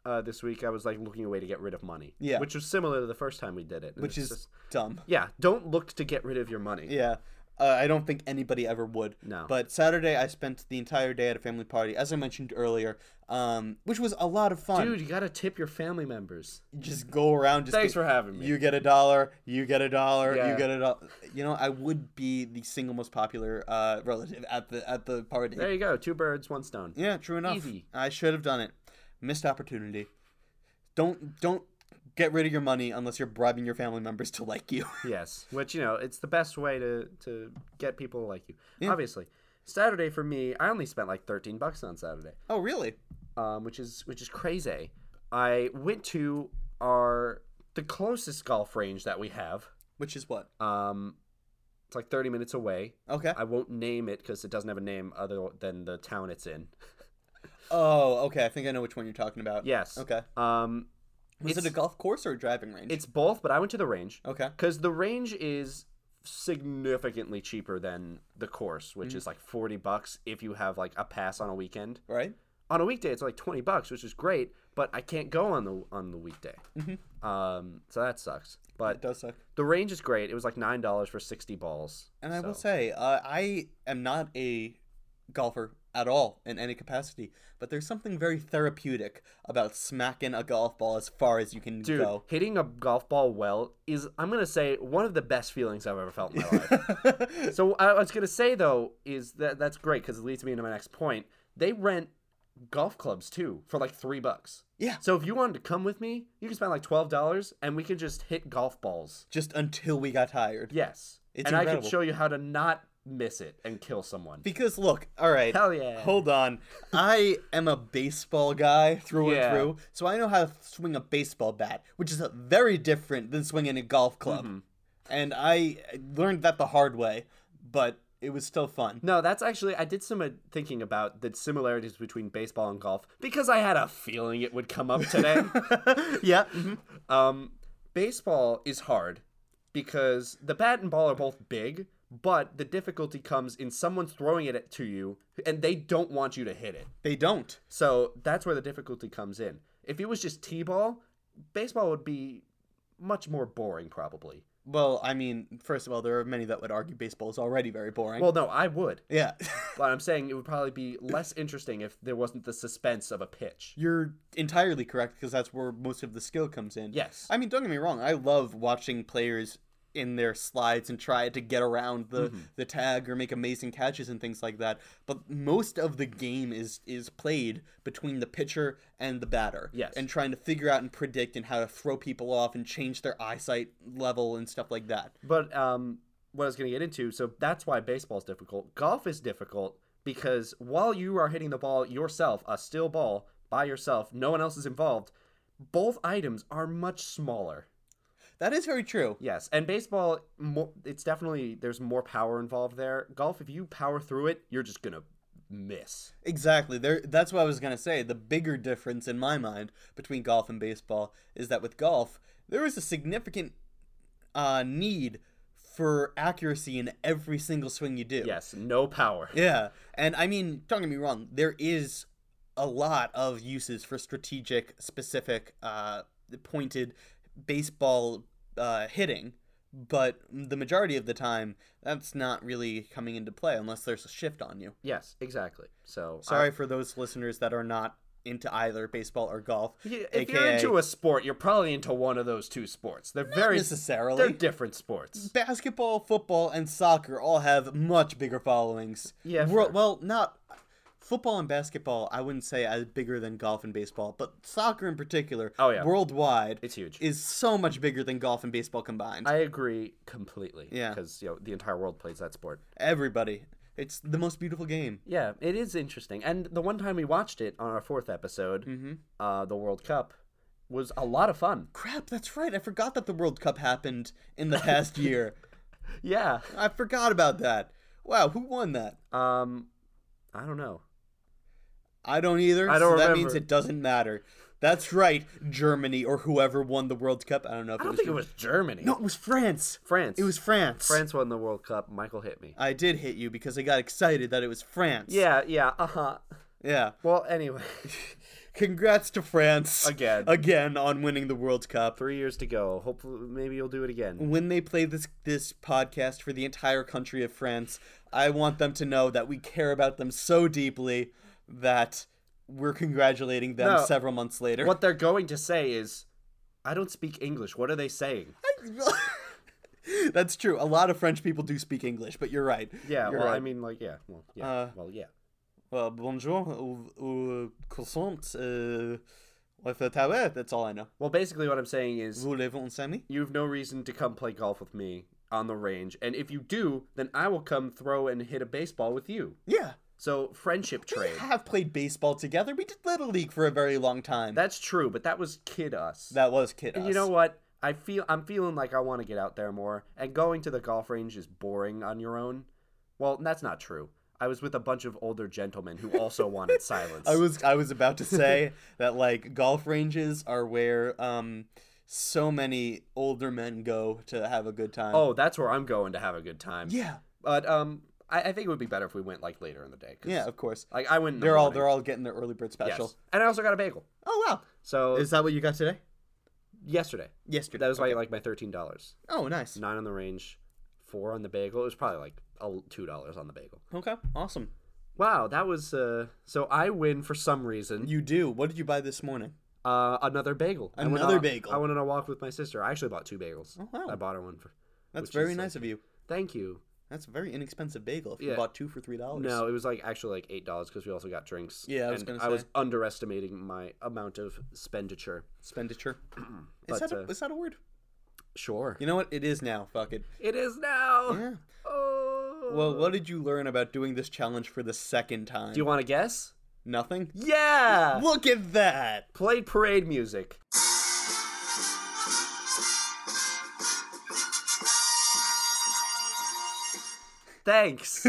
[SPEAKER 2] uh, this week, I was like looking a way to get rid of money.
[SPEAKER 1] Yeah.
[SPEAKER 2] Which was similar to the first time we did it. and
[SPEAKER 1] which is
[SPEAKER 2] it's just-
[SPEAKER 1] dumb.
[SPEAKER 2] yeah. Don't look to get rid of your money.
[SPEAKER 1] Yeah. Uh, I don't think anybody ever would.
[SPEAKER 2] No.
[SPEAKER 1] But Saturday, I spent the entire day at a family party, as I mentioned earlier, um, which was a lot of fun.
[SPEAKER 2] Dude, you gotta tip your family members.
[SPEAKER 1] Just go around. Just
[SPEAKER 2] Thanks
[SPEAKER 1] go-
[SPEAKER 2] for having me.
[SPEAKER 1] You get a dollar. You get a dollar.
[SPEAKER 2] Yeah.
[SPEAKER 1] You get a dollar. You know, I would be the single most popular uh, relative at the at the party.
[SPEAKER 2] There you go. Two birds, one stone.
[SPEAKER 1] Yeah, true enough.
[SPEAKER 2] Easy.
[SPEAKER 1] I should have done it. Missed opportunity. Don't don't get rid of your money unless you're bribing your family members to like you.
[SPEAKER 2] Yes. Which you know, it's the best way to to get people to like you. Obviously. Saturday for me, I only spent like thirteen bucks on Saturday,
[SPEAKER 1] oh, really?
[SPEAKER 2] um, which is which is crazy. I went to our the closest golf range that we have.
[SPEAKER 1] Which is what?
[SPEAKER 2] Um, it's like thirty minutes away.
[SPEAKER 1] Okay.
[SPEAKER 2] I won't name it because it doesn't have a name other than the town it's in.
[SPEAKER 1] Oh, okay. I think I know which one you're talking about.
[SPEAKER 2] Yes.
[SPEAKER 1] Okay.
[SPEAKER 2] Um,
[SPEAKER 1] Was
[SPEAKER 2] It's-
[SPEAKER 1] it a golf course or a driving range?
[SPEAKER 2] it's both, but I went to the range
[SPEAKER 1] okay.
[SPEAKER 2] because the range is significantly cheaper than the course,
[SPEAKER 1] Mm.
[SPEAKER 2] which is like forty bucks if you have like a pass on a weekend.
[SPEAKER 1] Right.
[SPEAKER 2] On a weekday, it's like twenty bucks, which is great, but I can't go on the on the weekday.
[SPEAKER 1] Mm-hmm.
[SPEAKER 2] Um, so that sucks.
[SPEAKER 1] It
[SPEAKER 2] But
[SPEAKER 1] does suck.
[SPEAKER 2] the range is great. It was like nine dollars for sixty balls.
[SPEAKER 1] And I will
[SPEAKER 2] so-
[SPEAKER 1] say, uh, I am not a golfer at all in any capacity, but there's something very therapeutic about smacking a golf ball as far as you can
[SPEAKER 2] Dude,
[SPEAKER 1] go.
[SPEAKER 2] hitting a golf ball well is, I'm going to say, one of the best feelings I've ever felt in my life. so, I was going to say, though, is that that's great because it leads me into my next point. They rent golf clubs too for like three bucks.
[SPEAKER 1] Yeah.
[SPEAKER 2] So, if you wanted to come with me, you can spend like $12 and we can just hit golf balls.
[SPEAKER 1] Just until we got tired.
[SPEAKER 2] Yes.
[SPEAKER 1] It's
[SPEAKER 2] and I
[SPEAKER 1] incredible.
[SPEAKER 2] can show you how to not miss it and kill someone.
[SPEAKER 1] Because look, all right,
[SPEAKER 2] Hell yeah.
[SPEAKER 1] hold on. I am a baseball guy through
[SPEAKER 2] Yeah.
[SPEAKER 1] and through, so I know how to swing a baseball bat, which is uh, very different than swinging a golf club. And I learned that the hard way, but it was still fun.
[SPEAKER 2] No, that's actually I did some uh, thinking about the similarities between baseball and golf because I had a feeling it would come up today.
[SPEAKER 1] yeah,
[SPEAKER 2] Um, baseball is hard because the bat and ball are both big, but the difficulty comes in someone throwing it at- to you and they don't want you to hit it.
[SPEAKER 1] they don't.
[SPEAKER 2] So that's where the difficulty comes in. If it was just T ball, baseball would be much more boring, probably.
[SPEAKER 1] Well, I mean, first of all, there are many that would argue baseball is already very boring.
[SPEAKER 2] Well, no, I would.
[SPEAKER 1] yeah,
[SPEAKER 2] But I'm saying it would probably be less interesting if there wasn't the suspense of a pitch.
[SPEAKER 1] you're entirely correct because that's where most of the skill comes in.
[SPEAKER 2] Yes.
[SPEAKER 1] I mean, don't get me wrong. I love watching players in their slides and try to get around the,
[SPEAKER 2] Mm-hmm.
[SPEAKER 1] the tag or make amazing catches and things like that. But most of the game is is played between the pitcher and the batter.
[SPEAKER 2] Yes.
[SPEAKER 1] And trying to figure out and predict and how to throw people off and change their eyesight level and stuff like that.
[SPEAKER 2] But um, what I was going to get into, so that's why baseball's difficult. Golf is difficult because while you are hitting the ball yourself, a still ball by yourself, no one else is involved. Both items are much smaller.
[SPEAKER 1] That is very true.
[SPEAKER 2] Yes, and baseball, mo it's definitely there's more power involved there. Golf, if you power through it, you're just gonna miss.
[SPEAKER 1] Exactly. There that's what I was going to say. The bigger difference in my mind between golf and baseball is that with golf, there is a significant uh, need for accuracy in every single swing you do.
[SPEAKER 2] Yes, no power.
[SPEAKER 1] Yeah. And I mean, don't get me wrong, there is a lot of uses for strategic, specific, uh, pointed baseball uh, hitting, but the majority of the time, that's not really coming into play unless there's a shift on you.
[SPEAKER 2] Yes, exactly. So
[SPEAKER 1] Sorry for those listeners that are not into either baseball or golf.
[SPEAKER 2] I, if you're into a sport, you're probably into one of those two sports. They're very
[SPEAKER 1] necessarily.
[SPEAKER 2] they're different sports.
[SPEAKER 1] basketball, football, and soccer all have much bigger followings.
[SPEAKER 2] Yeah,
[SPEAKER 1] Wor-
[SPEAKER 2] fair.
[SPEAKER 1] well, not football and basketball. I wouldn't say as bigger than golf and baseball, but soccer in particular.
[SPEAKER 2] Oh, yeah.
[SPEAKER 1] worldwide,
[SPEAKER 2] It's huge.
[SPEAKER 1] Is so much bigger than golf and baseball combined.
[SPEAKER 2] I agree completely.
[SPEAKER 1] Yeah.
[SPEAKER 2] because you know the entire world plays that sport.
[SPEAKER 1] Everybody, it's the most beautiful game.
[SPEAKER 2] Yeah, it is interesting. And the one time we watched it on our fourth episode,
[SPEAKER 1] Mm-hmm.
[SPEAKER 2] uh, the World Cup, was a lot of fun.
[SPEAKER 1] Crap, that's right. I forgot that the World Cup happened in the past year.
[SPEAKER 2] Yeah.
[SPEAKER 1] I forgot about that. Wow, who won that?
[SPEAKER 2] Um, I don't know.
[SPEAKER 1] I don't either.
[SPEAKER 2] I don't
[SPEAKER 1] so that
[SPEAKER 2] remember.
[SPEAKER 1] means it doesn't matter. That's right, Germany or whoever won the World Cup. I don't know if
[SPEAKER 2] I
[SPEAKER 1] it
[SPEAKER 2] don't
[SPEAKER 1] was
[SPEAKER 2] think it
[SPEAKER 1] Germany.
[SPEAKER 2] was Germany.
[SPEAKER 1] No, it was France.
[SPEAKER 2] France.
[SPEAKER 1] It was France.
[SPEAKER 2] France won the World Cup. Michael hit me.
[SPEAKER 1] I did hit you because I got excited that it was France.
[SPEAKER 2] Yeah, yeah, uh huh.
[SPEAKER 1] Yeah.
[SPEAKER 2] Well, anyway,
[SPEAKER 1] Congrats to France.
[SPEAKER 2] Again.
[SPEAKER 1] Again on winning the World Cup.
[SPEAKER 2] three years to go. Hopefully, maybe you'll do it again.
[SPEAKER 1] When they play this this podcast for the entire country of France, I want them to know that we care about them so deeply that we're congratulating them
[SPEAKER 2] No.
[SPEAKER 1] several months later.
[SPEAKER 2] What they're going to say is, I don't speak English. What are they saying?
[SPEAKER 1] That's true. A lot of French people do speak English, but you're right.
[SPEAKER 2] Yeah,
[SPEAKER 1] You're
[SPEAKER 2] well, I
[SPEAKER 1] right.
[SPEAKER 2] mean, like, yeah, well, yeah,
[SPEAKER 1] Uh,
[SPEAKER 2] well, yeah.
[SPEAKER 1] Well, bonjour, ou, ou croissant, uh, with a tawet. That's all I know.
[SPEAKER 2] Well, basically, what I'm saying is,
[SPEAKER 1] Voulez-vous un sandwich?
[SPEAKER 2] you have no reason to come play golf with me on the range. And if you do, then I will come throw and hit a baseball with you.
[SPEAKER 1] Yeah.
[SPEAKER 2] So, friendship
[SPEAKER 1] We
[SPEAKER 2] trade.
[SPEAKER 1] have played baseball together. We did Little League for a very long time. That,
[SPEAKER 2] That's true, but that was kid us.
[SPEAKER 1] was kid
[SPEAKER 2] And
[SPEAKER 1] us.
[SPEAKER 2] you know what? I feel I'm feeling like I want to get out there more. And going to the golf range is boring on your own. Well, that's not true. I was with a bunch of older gentlemen who also wanted silence.
[SPEAKER 1] I was I was about to say that like golf ranges are where um so many older men go to have a good time.
[SPEAKER 2] oh, that's where I'm going to have a good time.
[SPEAKER 1] yeah,
[SPEAKER 2] But um, I, I think it would be better if we went like later in the day. 'cause,
[SPEAKER 1] yeah, of course.
[SPEAKER 2] Like I went. In the
[SPEAKER 1] They're all
[SPEAKER 2] morning.
[SPEAKER 1] they're all getting their early bird special.
[SPEAKER 2] Yes. And I also got a bagel.
[SPEAKER 1] Oh wow,
[SPEAKER 2] So
[SPEAKER 1] is that what you got today?
[SPEAKER 2] yesterday.
[SPEAKER 1] Yesterday.
[SPEAKER 2] That was why I like my thirteen dollars.
[SPEAKER 1] oh nice.
[SPEAKER 2] Nine on the range, four on the bagel. It was probably like a- two dollars on the bagel.
[SPEAKER 1] Okay, awesome.
[SPEAKER 2] Wow, that was uh. So I win for some reason.
[SPEAKER 1] You do. What did you buy this morning?
[SPEAKER 2] Uh, another bagel. I went
[SPEAKER 1] Another
[SPEAKER 2] on-
[SPEAKER 1] bagel.
[SPEAKER 2] I went on a walk with my sister. I actually bought two bagels.
[SPEAKER 1] Oh, wow. uh,
[SPEAKER 2] I bought her one for.
[SPEAKER 1] That's
[SPEAKER 2] Which
[SPEAKER 1] very
[SPEAKER 2] is,
[SPEAKER 1] nice of you.
[SPEAKER 2] Thank you.
[SPEAKER 1] That's a very inexpensive bagel. If you
[SPEAKER 2] Yeah.
[SPEAKER 1] bought two for three dollars.
[SPEAKER 2] No, it was like actually like eight dollars because we also got drinks.
[SPEAKER 1] Oh, Yeah, I was
[SPEAKER 2] and
[SPEAKER 1] gonna
[SPEAKER 2] I was
[SPEAKER 1] say.
[SPEAKER 2] underestimating my amount of expenditure.
[SPEAKER 1] Expenditure. is,
[SPEAKER 2] But,
[SPEAKER 1] that a,
[SPEAKER 2] uh,
[SPEAKER 1] is that a word?
[SPEAKER 2] Sure.
[SPEAKER 1] You know what? It is now. Fuck it.
[SPEAKER 2] It is now.
[SPEAKER 1] Yeah.
[SPEAKER 2] Oh.
[SPEAKER 1] Well, what did you learn about doing this challenge for the second time?
[SPEAKER 2] do you want to guess?
[SPEAKER 1] Nothing?
[SPEAKER 2] Yeah.
[SPEAKER 1] Look at that!
[SPEAKER 2] Play parade music. Thanks.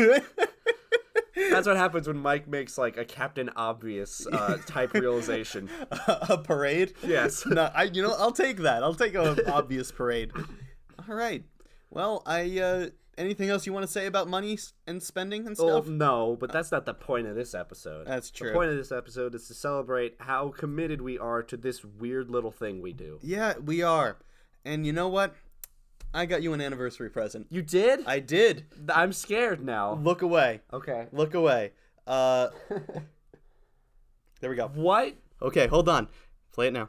[SPEAKER 2] That's what happens when Mike makes like a Captain Obvious uh, type realization.
[SPEAKER 1] a parade?
[SPEAKER 2] Yes.
[SPEAKER 1] no, I, you know, I'll take that. I'll take an obvious parade. All right. Well, I, uh, anything else you want to say about money s- and spending and
[SPEAKER 2] Well,
[SPEAKER 1] stuff?
[SPEAKER 2] no, but that's not the point of this episode.
[SPEAKER 1] That's true.
[SPEAKER 2] The point of this episode is to celebrate how committed we are to this weird little thing we do.
[SPEAKER 1] yeah, we are. And you know what? I got you an anniversary present.
[SPEAKER 2] You did?
[SPEAKER 1] I did.
[SPEAKER 2] I'm scared now.
[SPEAKER 1] Look away.
[SPEAKER 2] Okay.
[SPEAKER 1] Look away. Uh, there we go.
[SPEAKER 2] What?
[SPEAKER 1] Okay, hold on. Play it now.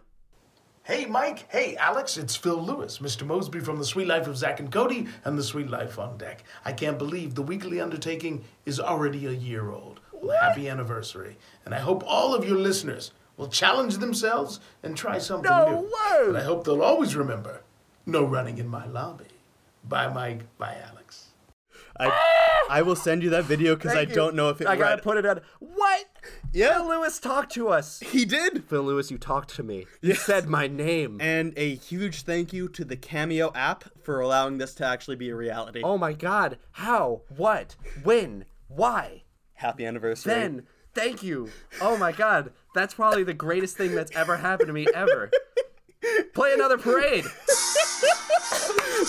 [SPEAKER 3] Hey, Mike. Hey, Alex. It's Phil Lewis, Mr. Mosby from The Sweet Life of Zach and Cody and The Sweet Life on Deck. I can't believe the weekly undertaking is already a year old. Well, happy anniversary. And I hope all of your listeners will challenge themselves and try something
[SPEAKER 2] No
[SPEAKER 3] new.
[SPEAKER 2] way.
[SPEAKER 3] And I hope they'll always remember no running in my lobby. Bye, Mike. Bye, Alex.
[SPEAKER 1] I, I will send you that video because I
[SPEAKER 2] Thank you.
[SPEAKER 1] don't know if it
[SPEAKER 2] I gotta
[SPEAKER 1] read-
[SPEAKER 2] put it on. What?
[SPEAKER 1] Yeah.
[SPEAKER 2] Phil Lewis talked to us.
[SPEAKER 1] He did.
[SPEAKER 2] Phil Lewis, you talked to me. You said my name.
[SPEAKER 1] And a huge thank you to the Cameo app for allowing this to actually be a reality.
[SPEAKER 2] oh my God. How? What? When? Why?
[SPEAKER 1] Happy anniversary.
[SPEAKER 2] Ben, thank you. Oh my god, that's probably the greatest thing that's ever happened to me ever. Play another parade.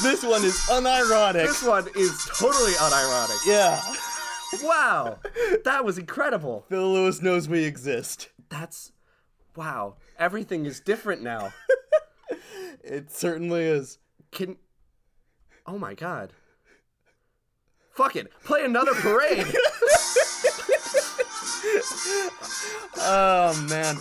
[SPEAKER 1] This one is unironic.
[SPEAKER 2] This one is totally unironic.
[SPEAKER 1] yeah.
[SPEAKER 2] Wow, that was incredible.
[SPEAKER 1] Bill Lewis knows we exist.
[SPEAKER 2] That's wow. Everything is different now.
[SPEAKER 1] It certainly is.
[SPEAKER 2] Can oh my god. Fuck it. Play another parade.
[SPEAKER 1] Oh man.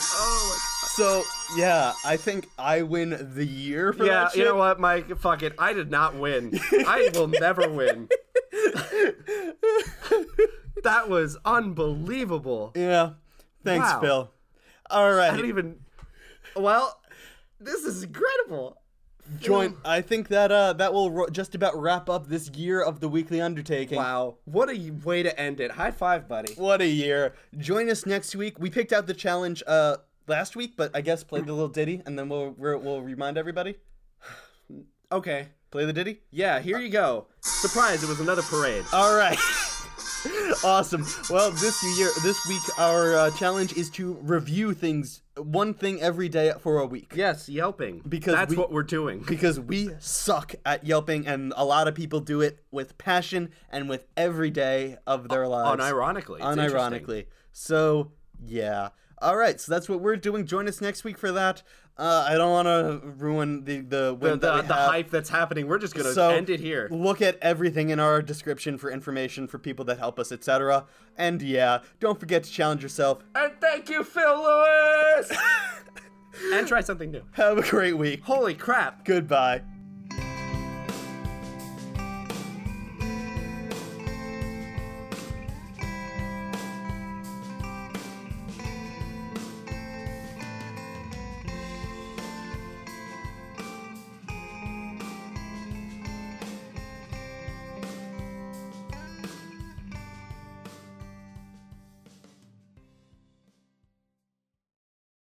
[SPEAKER 1] So yeah, I think I win the year for
[SPEAKER 2] yeah,
[SPEAKER 1] that shit.
[SPEAKER 2] you know what, Mike? Fuck it. I did not win. I will never win. that was unbelievable.
[SPEAKER 1] Yeah. Thanks,
[SPEAKER 2] Wow.
[SPEAKER 1] Phil. All
[SPEAKER 2] I
[SPEAKER 1] right.
[SPEAKER 2] don't even. Well, this is incredible.
[SPEAKER 1] Join. I think that uh that will ro- just about wrap up this year of the weekly undertaking.
[SPEAKER 2] Wow, what a way to end it. High five, buddy.
[SPEAKER 1] What a year. Join us next week. We picked out the challenge uh last week, but I guess play the little ditty and then we'll we're, we'll remind everybody.
[SPEAKER 2] Okay.
[SPEAKER 1] Play the ditty.
[SPEAKER 2] Yeah, here you go. Surprise, it was another parade.
[SPEAKER 1] All right. awesome. Well, this year, this week, our uh, challenge is to review things, one thing every day for a week.
[SPEAKER 2] Yes, yelping.
[SPEAKER 1] Because
[SPEAKER 2] that's
[SPEAKER 1] we-
[SPEAKER 2] what we're doing.
[SPEAKER 1] Because we suck at yelping, and a lot of people do it with passion and with every day of their lives.
[SPEAKER 2] Unironically. It's
[SPEAKER 1] Unironically. So, yeah. All right, so that's what we're doing. Join us next week for that. Uh, I don't want to ruin the the,
[SPEAKER 2] The,
[SPEAKER 1] win that
[SPEAKER 2] the,
[SPEAKER 1] we
[SPEAKER 2] the
[SPEAKER 1] have.
[SPEAKER 2] hype that's happening. We're just gonna
[SPEAKER 1] so
[SPEAKER 2] end it here.
[SPEAKER 1] Look at everything in our description for information for people that help us, etc. And yeah, don't forget to challenge yourself.
[SPEAKER 2] And thank you, Phil Lewis. and try something new.
[SPEAKER 1] Have a great week.
[SPEAKER 2] Holy crap!
[SPEAKER 1] Goodbye.